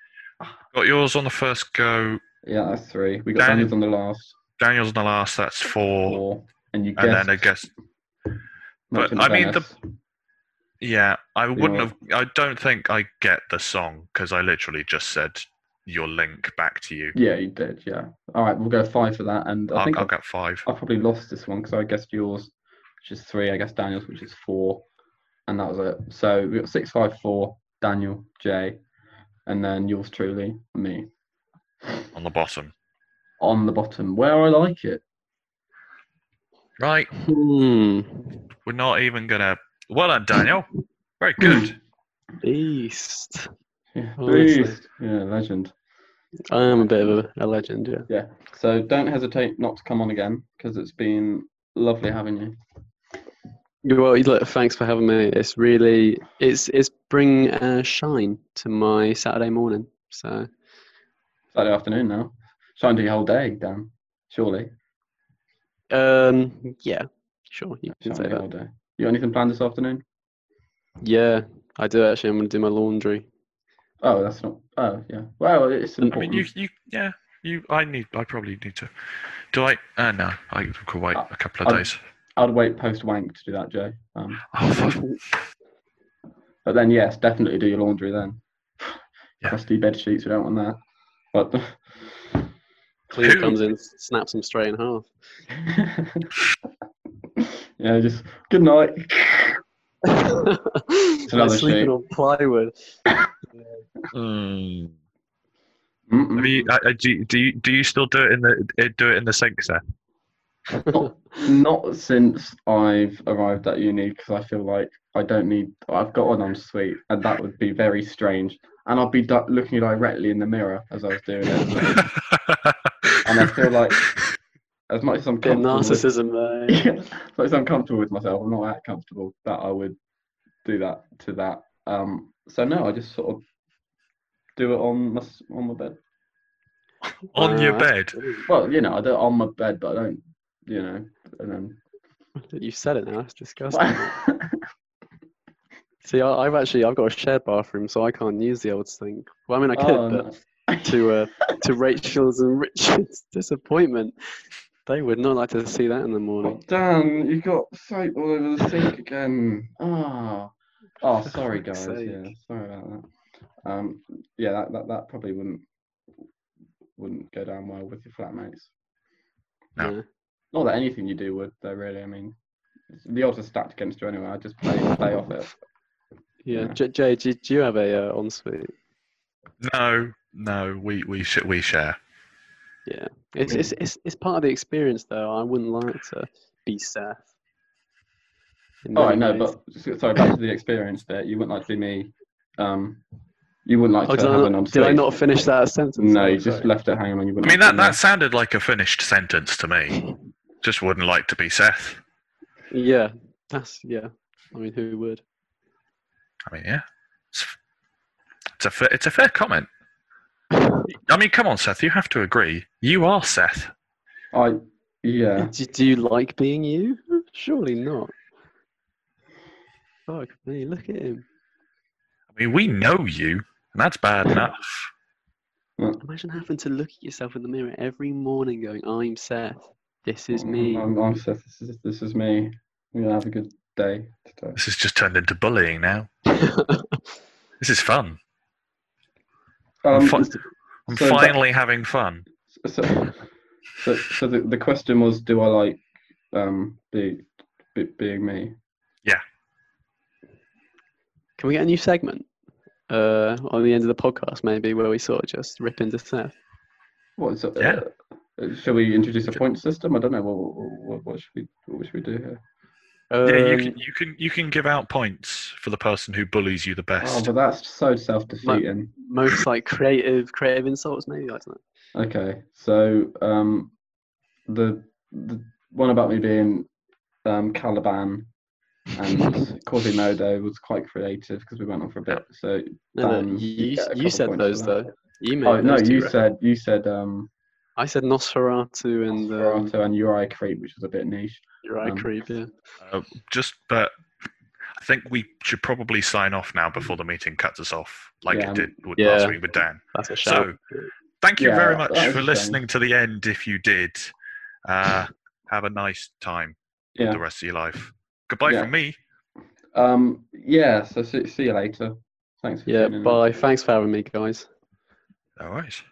Got yours on the first go. yeah, that's three. We got Dan- Daniel's on the last Daniel's on the last. That's four. four, and you guessed. and then I guess, but Merchant of I mean, the- Venice. yeah, I wouldn't are- have. I don't think I get the song because I literally just said your link back to you. yeah, you did. Yeah. All right, we'll go five for that, and I I'll, think I'll I, get five. I probably lost this one because I guessed yours which is three. I guess Daniel's, which is four, and that was it. So we got six, five, four. Daniel, Jay, and then yours truly, me, on the bottom. on the bottom where I like it. Right, Hmm. we're not even gonna. Well done, Daniel. Very good. Beast. Yeah, Honestly. beast. Yeah, legend. I am a bit of a, a legend, yeah. Yeah. So don't hesitate not to come on again because it's been lovely having you. Yeah, Well, look, thanks for having me. It's really, it's it's bring a shine to my Saturday morning. So Saturday afternoon now. Trying to do your whole day, Dan. Surely. Um, yeah, sure, you can Trying to say do your whole that. day. You got anything planned this afternoon? Yeah, I do actually. I'm gonna do my laundry. Oh, that's not. Oh, yeah. Well, it's I mean, important. you, you, yeah, you. I need. I probably need to. Do I? Uh, no, I could wait a couple of I- days. I'd wait post wank to do that, Jay. Um, Oh, fuck. but then, yes, definitely do your laundry then. Yeah. Crusty bed sheets, we don't want that. Cleaner Who- comes in, snaps them straight in half. But yeah, just good night. like another shape. sleeping on plywood. Mm-mm. Hmm. Have you, Mm. uh, uh, do, you- do you do you still do it in the uh, do it in the sink there? Not- Not since I've arrived at uni because I feel like I don't need. I've got an ensuite, and that would be very strange. And I'd be di- looking directly in the mirror as I was doing it. And I feel like, as much as I'm Bit comfortable of with- narcissism there. as much as I'm comfortable with myself, I'm not that comfortable that I would do that to that. Um, so no, I just sort of do it on my s- on my bed. on your Uh. Wow, bed. that's brilliant. Well, you know, I do it on my bed, but I don't, you know, and then. You said it now. It's disgusting. See, I, I've actually I've got a shared bathroom, so I can't use the old sink. Well, I mean, I could, Oh, but no. to uh, to Rachel's and Richard's disappointment, they would not like to see that in the Oh, morning. Dan, you got soap all over the sink again. Ah, oh, For sorry fuck's guys. sake. Yeah, sorry about that. Um, yeah, that, that that probably wouldn't wouldn't go down well with your flatmates. No. Yeah. Not that anything you do would, though. Really, I mean, it's- the odds are stacked against you anyway. I just play play off it. Yeah, Yeah. J- Jay, do, do you have a uh, ensuite? No, no, we we sh- we share. It's, it's it's it's part of the experience, though. I wouldn't like to be Seth. in Oh, I many know, ways. but just- sorry back to the experience bit. You wouldn't like to be me. Um, you wouldn't like Oh, to did, have I an not, did I ensuite. not finish that sentence? No, I'm you just sorry. left it hanging on. You I wouldn't. mean like that to be me. that sounded like a finished sentence to me. Just wouldn't like to be Seth. Yeah, that's yeah. I mean, who would? I mean, yeah, it's, it's a fa- it's a fair comment. I mean, come on, Seth, you have to agree. You are Seth. I yeah. Do, do you like being you? Surely not. Fuck me, look at him. I mean, we know you, and that's bad enough. Imagine having to look at yourself in the mirror every morning going, I'm Seth. This is me. I'm, I'm Seth. This is this is me. We're gonna have a good day today. This has just turned into bullying now. This is fun. Um, fun. so, I'm So that- finally having fun. so, so, so the, the question was, do I like um be, be being me? Can we get a new segment? Uh, on the end of the podcast, maybe, where we sort of just rip into Seth. What is it? Yeah. Uh, shall we introduce a point system? I don't know. What what, what should we what should we do here? Uh, Um, yeah, you can you can you can give out points for the person who bullies you the Oh, best. but that's so self defeating. Most like creative, creative insults, maybe. I don't know. Okay, so um, the the one about me being um, Caliban and Quasimodo was quite creative because we went on for a bit. So No, no, Dan, you, get a you couple said points those for that. though. You made Oh no, those two, you right? said you said um, I said Nosferatu and um, Nosferatu and Uri Creep, which was a bit niche. Uriah um, Creep. Yeah. Uh, just but I think we should probably sign off now before the meeting cuts us off, like Yeah. it did with Yeah. last week with Dan. That's a shout. So thank you Yeah, very that much was for fun. listening to the end. If you did, uh, have a nice time Yeah. the rest of your life. Goodbye Yeah. from me. Um. Yeah. So see, see you later. Thanks for yeah, tuning in. bye. Thanks for having me, guys. All right.